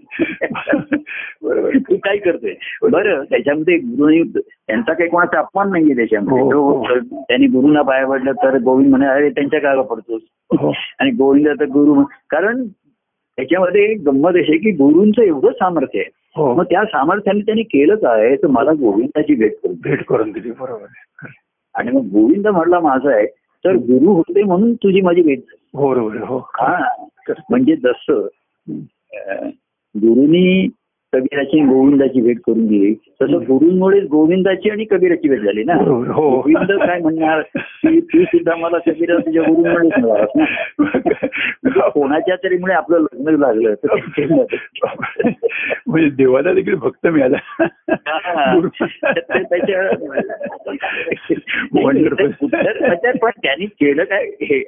बरोबर. तू काय करतोय बरं त्याच्यामध्ये गुरुनी त्यांचा काही कोणाचा अपमान नाहीये त्याच्यामध्ये हो, हो. जो त्यांनी गुरुना पाया पडलं तर गोविंद म्हणे अरे त्यांच्या कागा पडतोस हो. आणि गोविंद तर गुरु म्हण- कारण त्याच्यामध्ये एक गंमत अशी आहे की गुरुंचं एवढं सामर्थ्य आहे हो. मग त्या सामर्थ्याने त्यांनी केलंच आहे तर मला गोविंदाची भेट करू दे. भेट करून दिली बरोबर आहे. आणि मग गोविंद म्हणला माझा आहे तर गुरु होते म्हणून तुझी माझी भेट झाली. हो बरोबर आहे. हो हा म्हणजे जसं अं, गुरुनी कबीराची आणि गोविंदाची भेट करून दिली तसं गुरुंमुळे गोविंदाची आणि कबीराची भेट झाली ना बरोबर, हो. गोविंद काय म्हणणार की तू सुद्धा मला कबीरा तुझ्या गुरुमुळेच मिळालास ना [LAUGHS] म्हणजे हो. कोणाच्या तरी मुळे आपलं लग्न लागलं तर ते म्हणजे देवाला देखील भक्त मिळाला हा. तर त्याच्या- Wonderful. तर- तर पण त्यांनी केलं काय हे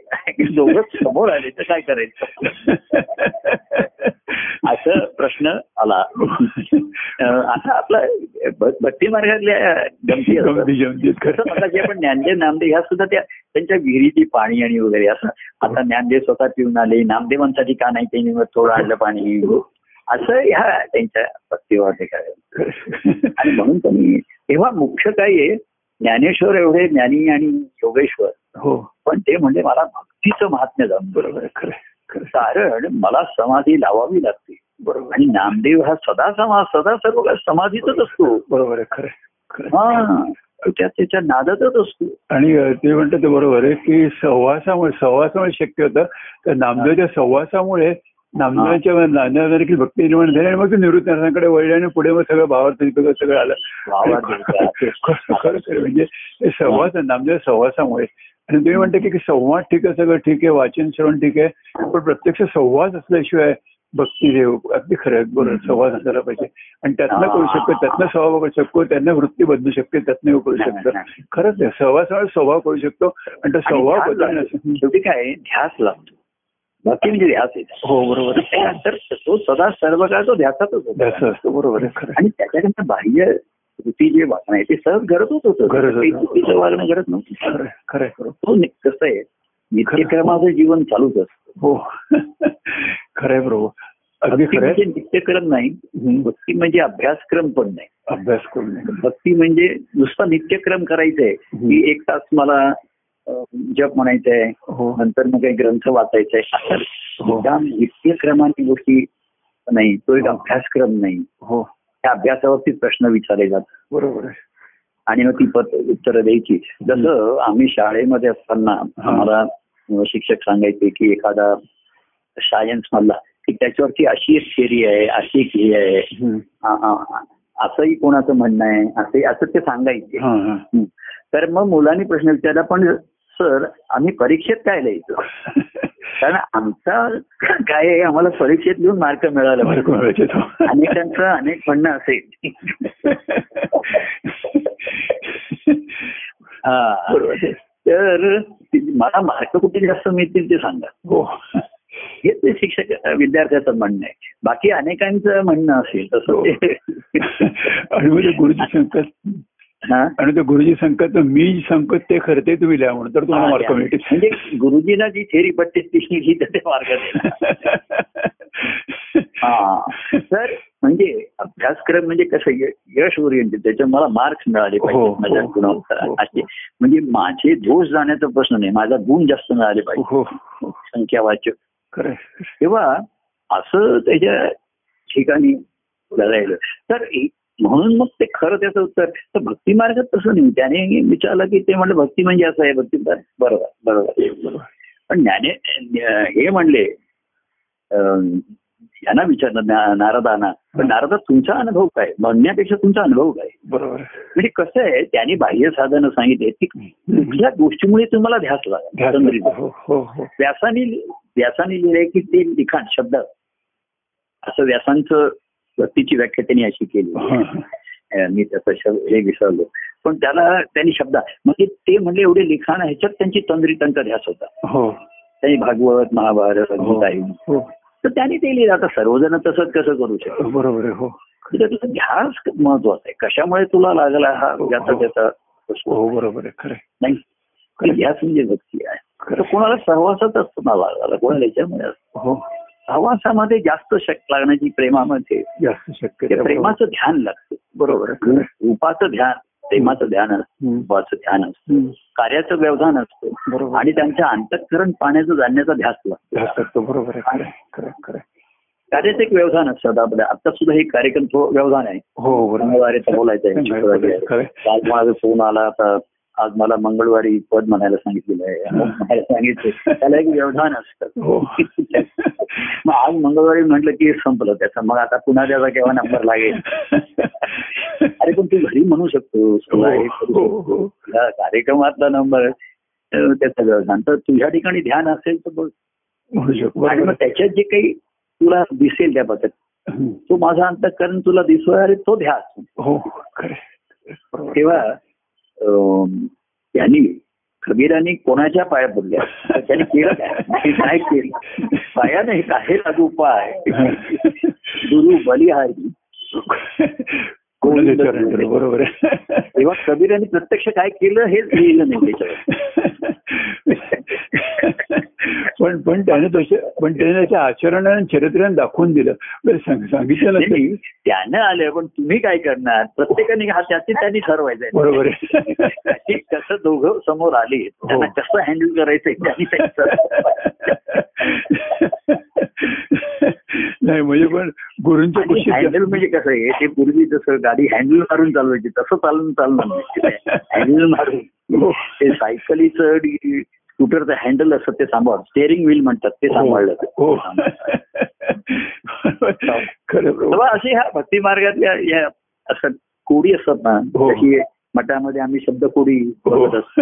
दोघं समोर आले तर काय करायचं असं प्रश्न आला अं, आता आपला भ- भक्ती मार्गातल्या गमती असतात. गमती जमतीत कसं खरं. आता जे आपण ज्ञानदेव नामदेव ह्या सुद्धा त्या त्यांच्या विहिरीची पाणी आणि वगैरे असं आता ज्ञानदेव स्वतः पिऊन आले नामदेवांसाठी का नाही त्यांनी मग थोडं आणलं पाणी असं ह्या त्यांच्या भक्तीवर काय आणि म्हणून त्यांनी तेव्हा मुख्य काय आहे ज्ञानेश्वर एवढे ज्ञानी आणि योगेश्वर हो पण ते म्हणजे मला भक्तीचं महात्म्य जाणून बरोबर बरोबर आहे, खरं आहे, खरं आहे. कारण मला समाधी लावावी लागते बरोबर आणि नामदेव हा सदा समाज सदा सर्व काळ समाधीतच असतो बरोबर आहे खरं आहे, खरं आहे. हा तो त्या त्याच्या नादातच असतो आणि अ, ते म्हणतात ते बरोबर आहे की सहवासामुळे सहवासामुळे शक्य होतं तर नामदेवच्या सहवासामुळे नामदेवाच्या नांदेवाला देखील भक्ती निर्माण झाली आणि मग ते निवृत्त नारायणाकडे वळले आणि पुढे मग सगळं भावार्थी सगळं आलं भावात देतात. खरं खरं खरं म्हणजे हे सहवास नामदेव सहवासामुळे आणि तुम्ही म्हणता की की संवाद ठीक आहे सगळं ठीक आहे वाचन श्रवण ठीक आहे पण प्रत्यक्ष संवाद असल्याशिवाय भक्ती देव अगदी खरं आहे, बरोबर संवाद असायला पाहिजे आणि त्यातनं करू शकतो त्यातनं स्वभाव करू शकतो त्यांना वृत्ती बदलू शकते त्यातनं हे करू शकतो खरंच आहे सहवासामुळे स्वभाव करू शकतो आणि तो आणि स्वभाव ध्यास लागतो. बदलण्यासाठी शेवटी काय आहे? ध्यास लागतो बाकी म्हणजे ध्यास येतो हो बरोबर आहे. तर तो सदा सर्व काळ तो ध्यासातच ध्यास होता असतो बरोबर आहे खरं आहे. आणि त्याच्याकडनं बाह्य कृती जे वागणं आहे ते सहज घडतच होतं घडत होतं. काही चुकीचं वागणं घडत नव्हतं खरं आहे, खरं आहे, खरं आहे. तो नि- कसं आहे नित्यक्रमाचं जीवन चालूच असतं हो [LAUGHS] खरं आहे प्रभू अगदी भक्ती खरं आहे. म्हणजे नित्यक्रम नाही हम्म. भक्ती म्हणजे अभ्यासक्रम पण नाही अभ्यास करून घ्या. भक्ती म्हणजे नुसता नित्यक्रम करायचा आहे की एक तास मला अं, जप म्हणायचं आहे हो नंतर मग काही ग्रंथ वाचायचा आहे हो. असं त्या नित्यक्रमाने गोष्टी नाही तो एक हो. अभ्यासक्रम नाही हो त्या अभ्यासावरती प्रश्न विचारले जातात बरोबर आहे आणि मग ती पत उत्तरं द्यायची जसं आम्ही शाळेमध्ये असताना हा. आम्हाला अं, शिक्षक सांगायचे की एखादा सायन्स मधला की त्याच्यावरती अशी एक थेरी आहे अशी एक हे आहे हम्म. आ- आ- आ- असंही कोणाचं म्हणणं आहे असे असं ते सांगायचे हा, हा. हं. तर मग मुलांनी प्रश्न विचारला पण सर आम्ही परीक्षेत काय लिहायचो कारण आमचा काय आहे आम्हाला परीक्षेत लिहून मार्क मिळाला पाहिजे. मला कोणाला येतो? अनेकांचं अनेक म्हणणं असेल हा. बरोबर आहे. तर मला मार्क कुठे जास्त मिळतील ते सांगा [LAUGHS] हो हे ते शिक्षक विद्यार्थ्याचं म्हणणं आहे बाकी अनेकांचं म्हणणं असेल तसं ते आणि म्हणजे गुरुजी सांगतात हा? आणि ते गुरुजी सांगतात तर मी सांगतो ते खरं ते तुम्ही लिहा म्हणून तर तुम्हाला मार्क म्हणजे [LAUGHS] मिळतील गुरुजीना जी थेरी पडते ती ही ते मार्ग देणार. हा. तर म्हणजे अभ्यासक्रम म्हणजे कसं य- यश ओरिएंटेड त्याच्या मला मार्क्स मिळाले हो, पाहिजे हो, माझ्या हो, गुणवत्ता हो. असे म्हणजे माझे दोष जाण्याचा प्रश्न नाही माझा गुण जास्त मिळाले पाहिजे हो हो संख्या वाचक खरं तेव्हा असं त्याच्या ठिकाणी राहिलं तर ए- म्हणून मग ते खरं त्याचं उत्तर तर भक्ती मार्गात तसं नाही त्याने विचारलं की ते म्हणलं भक्ती म्हणजे असं आहे भक्ती मार्ग. बरोबर बरोबर बरोबर पण ज्ञाने अं, हे म्हणले अं, यांना विचारलं ना- नारदांना पण नारदा तुमचा अनुभव काय म्हणण्यापेक्षा तुमचा अनुभव काय बरोबर म्हणजे कसं आहे त्याने बाह्य साधनं सांगितले ती कुठल्या गोष्टीमुळे तुम्हाला ध्यास लागला ध्यास एकंदरीत. हो हो हो व्यासाने व्यासाने लिहिलंय की ते लिखाण शब्द असं व्यासांचं व्यक्तीची व्याख्या त्यांनी अशी केली हा, हा. अं, मी त्याचं शब्द हे विसरलो पण त्याला त्यांनी शब्द म्हणजे ते म्हणले एवढे लिखाण ह्याच्यात त्यांची तंद्री त्यांचा ध्यास होता हो त्यांनी भागवत महाभारत हो गीता आहे. हो तर त्यांनी ते लिहिलं आता सर्वजण तसंच कसं करू शकतो बरोबर आहे हो त्यातला ध्यास महत्वाचा आहे कशामुळे तुला लागला हा हो, ज्याचा हो. त्याचा हो बरोबर आहे खरं आहे, नाही ध्यास म्हणजे भक्ती आहे तर कोणाला सहवासात असताना लागला कोणाला याच्यामध्ये असतं. हो सहवासामध्ये जास्त शक लागण्याची प्रेमामध्ये जास्त शक्य हो, ते प्रेमाचं ध्यान लागतं बरोबर हम्म. रूपाचं ध्यान प्रेमाचं ध्यान असतं हम्म. रूपाचं ध्यान असतं हम्म. कार्याचं व्यवधान असतं बरोबर. आणि त्यांच्या अंतःकरण पाण्याचं जाणण्याचा ध्यास जास्त लागतो असतं. बरोबर आहे खरं आहे, खरं आहे, खरं आहे. कार्याचं एक व्यवधान असतं आपल्या आता सुद्धा हे कार्यक्रम थोडं व्यवधान आहे हो मंगळवारी तर बोलायचं आहे शुक्रवारी बोलायचं, खरं आहे. आहे. काल माझा फोन आला आता आज मला मंगळवारी पद म्हणायला सांगितलेलं आहे अमुक [LAUGHS] म्हणायला सांगितलं त्याला एक व्यवधान असतं [LAUGHS] हो मग आज मंगळवारी म्हटलं की संपलं त्याचं मग आता पुन्हा त्याचा केव्हा नंबर लागेल अरे पण तू घरी म्हणू शकतोस तुला हे करू हो, शकतोस. हो. तुला कार्यक्रमातला नंबर त्याचं व्यवधान तर तुझ्या ठिकाणी ध्यान असेल तर बघ म्हणू शकतो आणि मग बरोबर. त्याच्यात जे काही तुला दिसेल त्या बाबतीत हम्म. तो माझा अंतःकरण तुला दिसतोय अरे तो ध्यास हो खरं आहे. बरोबर. तेव्हा अम, त्यांनी कबीरांनी कोणाच्या पाया पडल्या तर त्यांनी केलं काय ते काय केलं पाया नाही काही लागू पाय गुरु बलिहारी कोणाचं चरण धरलं, बरोबर आहे तेव्हा कबीरांनी प्रत्यक्ष काय केलं हेच लिहिलं नाही [LAUGHS] त्याच्यावर पण पण त्याने तसे पण त्याने त्याच्या आचरणाने आणि चरित्राने दाखवून दिलं बरं, सांग- सांगितलं नाही, नसेल नाही, त्यानं आलं पण तुम्ही काय करणार प्रत्येकाने हा त्याचे त्यांनी ठरवायचं बरोबर आहे ते कसं दोघं समोर आले त्यांना कसं हँडल करायचं [LAUGHS] त्यांनी नाही म्हणजे पण गुरूंच्या गोष्टी हँडल म्हणजे कसं आहे ते पूर्वी जसं गाडी हँडल मारून चालवायची तसं चालून म्हणजे चालणार नाही [LAUGHS] हँडल मारून हो. ते सायकलीचं डी- स्कूटरचं हँडल असतं ते सांभाळ स्टेअरिंग व्हील म्हणतात ते सांभाळलं हो [LAUGHS] खरं प्रभू. तेव्हा असे ह्या भक्ती मार्गातल्या या असतात कोडी असतात ना हो. तशी मठामध्ये आम्ही शब्द कोडी हो. बघत असतो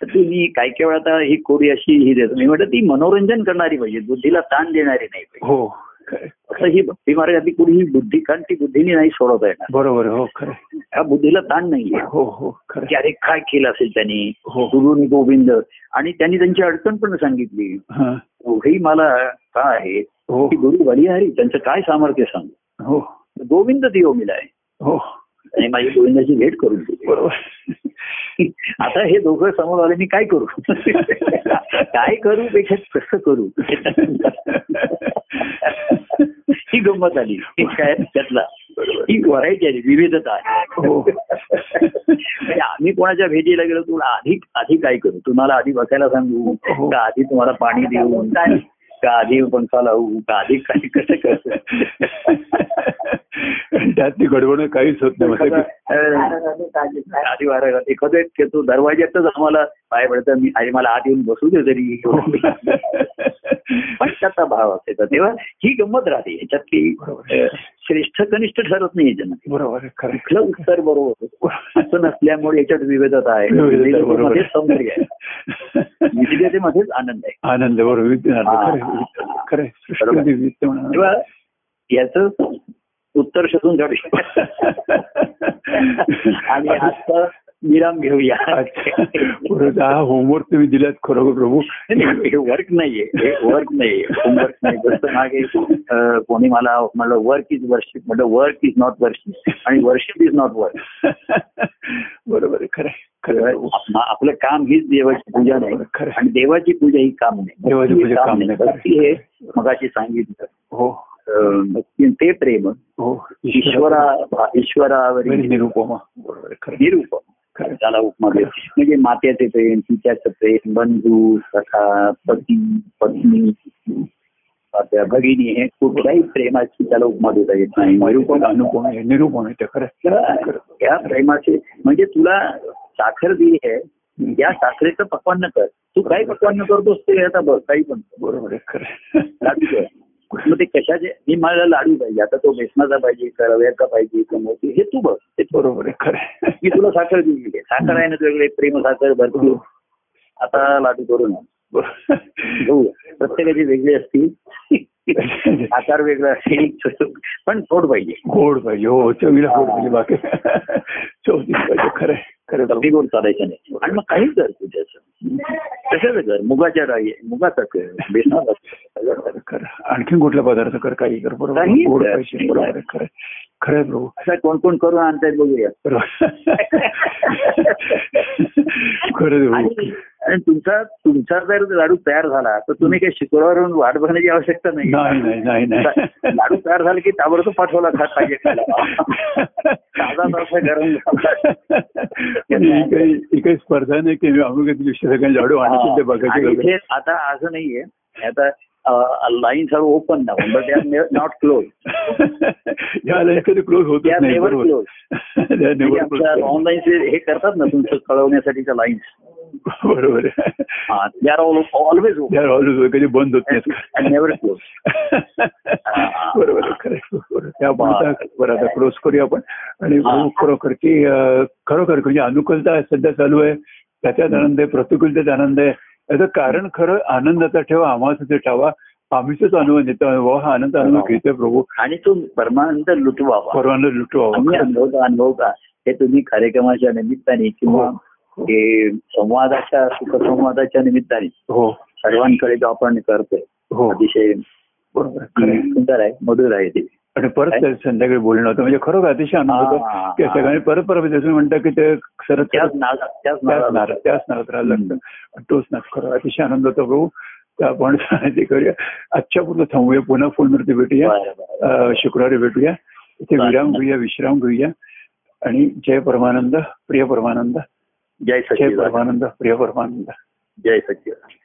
तर ती मी काही काही वेळा आता ही कोडी अशी ही देतो मी म्हटलं ती मनोरंजन करणारी पाहिजे बुद्धीला ताण देणारी नाही पाहिजे हो खरं. असं ही भक्ती मार्गातली कोडी ही बुद्धी कारण ती बुद्धीने नाही सोडवता येणार बरोबर हो खरं ह्या बुद्धीला ताण नाहीये हो हो की खरं अरे काय केलं असेल त्यांनी हो. गुरुनी गोविंद आणि त्यांनी त्यांची अडचण पण सांगितली हा. एवढी मला काय आहे हो की गुरु बलिहारी त्यांचं काय सामर्थ्य सांगू हो गोविंद देव मिलाय हो आणि माझी गोविंदाची भेट करून दिली बरोबर [LAUGHS] आता हे दोघं समोर आले मी काय [LAUGHS] करू काय करू पेक्षा कसं करू [LAUGHS] ही गंमत आली ही काय त्यातला ही व्हरायटी आली विविधता आहे हो म्हणजे आम्ही कोणाच्या भेटीला गेलो तुला आधी आधी काय करू तुम्हाला आधी बसायला सांगू हो. का आधी तुम्हाला पाणी देऊ [LAUGHS] काय का आधी पंखा लावू का आधी काय कसं त्यात ती गडबड काहीच होत नाही म्हणजे. मला की- करतो आधी वारा एखाद्या तो दरवाज्यातच आम्हाला पाय पडतं मी आई मला आत येऊन बसू दे तरी हो. [LAUGHS] पण त्याचा भाव असायचा तेव्हा ही गंमत राहते याच्यातली अ, श्रेष्ठ कनिष्ठ ठरत नाही याच्यानं बरोबर आहे, खरं आहे. कुठलं उत्तर बरोबर असं नसल्यामुळे याच्यात विविधता आहे बरोबर विविधतेमध्ये आहे. सौंदर्य आहे विविधतेमध्येच आनंद आहे आनंद बरोबर विद्या हा. खरे बरोबर. तेव्हा खरे याचं उत्तर शोधून [LAUGHS] काढूया आणि आता विराम घेऊया हा होमवर्क तुम्ही दिलात खरोखर प्रभू हे वर्क नाहीये हे वर्क नाहीये होमवर्क नाही जसं मागे अं, कोणी मला म्हणलं वर्क इज वर्शिप म्हटलं वर्क इज नॉट वर्शिप आणि वर्शिप इज नॉट वर्क बरोबर आहे, खरं आहे, खरं आहे, प्रभू. आपलं काम हीच देवाची पूजा नाही खरं आहे. आणि देवाची पूजा ही काम नाही देवाची भक्ती हे पूजा काम नाही. भक्ती हे मगाशी सांगितलं हो अं, भक्ती ते प्रेम हो ईश्वरा ईश्वरावर वरील निरुपमा बरोबर आहे, खरं आहे, निरूपम खरं आहे. त्याला उपमा देत. म्हणजे मात्याचे प्रेम तिच्याचं प्रेम बंधू सखा पती पत्नी त्या भगिनी हे कुठल्याही प्रेमाची त्याला उपमा देता येत नाही निरूपम निरूपण अनुपम आहे निरूपम आहे ते खरं आहे. तर या प्रेमाचे म्हणजे तुला साखर दिली आहे या साखरेचं पक्वान्न कर तू काही पक्वान्न करतोस ते आता बघ काही पण कर. बरोबर आहे खरं लाडू आहे. कर. मग ते कशाचे मी मला लाडू पाहिजे आता तो बेसनाचा पाहिजे का रव्याचा पाहिजे का मोती हे तू बघ ते तू बरोबर आहे खरं आहे. मी तुला साखर दिली आहे साखर आहे ना तुझ्याकडे प्रेम साखर भरपूर आता लाडू करू ना बरोबर. घेऊ प्रत्येकाची वेगळी असतील आकार वेगळा असेल पण थोड पाहिजे गोड पाहिजे हो चवीला गोड पाहिजे बाकी चौथीच पाहिजे खरं आहे, खरं आहे. कमी गोड चालायचं नाही आणि मग काही कर तुझ्याचं कशाचं कर मुगाच्या राई मुगाचा कर बेसनाचा कर. सगळं कर. खरं आणखीन कुठला पदार्थ कर काही कर बरोबर काही गोड कर. पाहिजे बरोबर आहे, खरं आहे. खरं आहे प्रभू असं कोण कोण करून आणताय बघूया बरोबर खरं आहे, आणि प्रभू आणि तुमचा तुमचा जर लाडू तयार झाला तर तुम्ही काही शुक्रवारहून वाट बघण्याची आवश्यकता नाही नाही नाही नाही लाडू तयार झाले की ताबडतोब पाठवला खात पाहिजे खायला. [LAUGHS] साधा थोडासा गरम झाला. ही काही ही काही स्पर्धा नाही की अमुक दिवशी सगळ्यांनी लाडू आणायचे ते आणि बघायचे इथे आता असं नाहीये आता लाईन्स आर ओपन ना but they are not close या कधी क्लोज होतच They are नाही never बरोबर closed. They are [LAUGHS] never आमच्या closed. ऑनलाईन हे करतात ना तुमचं कळवण्यासाठीच्या लाईन्स बरोबर they are always open They are always कधी बंद होत And never नाही closed. [LAUGHS] बरोबर खरं त्यामुळे आता- बरं आता क्लोज करूया आपण आणि हा. खरोखर की अं, खरोखर म्हणजे अनुकूलता सध्या चालू आहे त्याच्यात आनंद आहे प्रतिकूलतेत आनंद आहे याचं कारण खरं आनंदाचा ठेवा आम्हाचा ते ठेवा आम्हीच अनुभव देतो अनुभव हा आनंद हो. अनुभव घेतोय प्रभू आणि तो परमानंद लुटवावा परवाना लुटवावा आम्ही अनुभवता अनुभवता हे तुम्ही कार्यक्रमाच्या निमित्ताने किंवा हो. हे संवादाच्या सुखसंवादाच्या निमित्ताने हो सर्वांकडे जो आपण करतोय हो अतिशय बरोबर खरं आहे. सुंदर आहे मधुर आहे ते आणि परत काय? त्या संध्याकाळी बोलणं होतं म्हणजे खरोखर अतिशय आनंद होतो हा, की हा. सगळ्यांनी परत परत जसं म्हणतात की ते सरत त्याच नादात त्याच त्याच नादात नारा त्याच नारात राहिलं हम्म. असतं तोच ना खरं अतिशय आनंद होतो प्रभू तर आपण ते करूया आजच्या पूर्ण थांबूया पुन्हा फोनवरती भेटूया बरं, बरं. अं, शुक्रवारी भेटूया इथे चालेल. विराम घेऊया विश्राम घेऊया आणि जय परमानंद प्रिय परमानंद जय जय सचिव परमानंद प्रिय परमानंद जय सचिव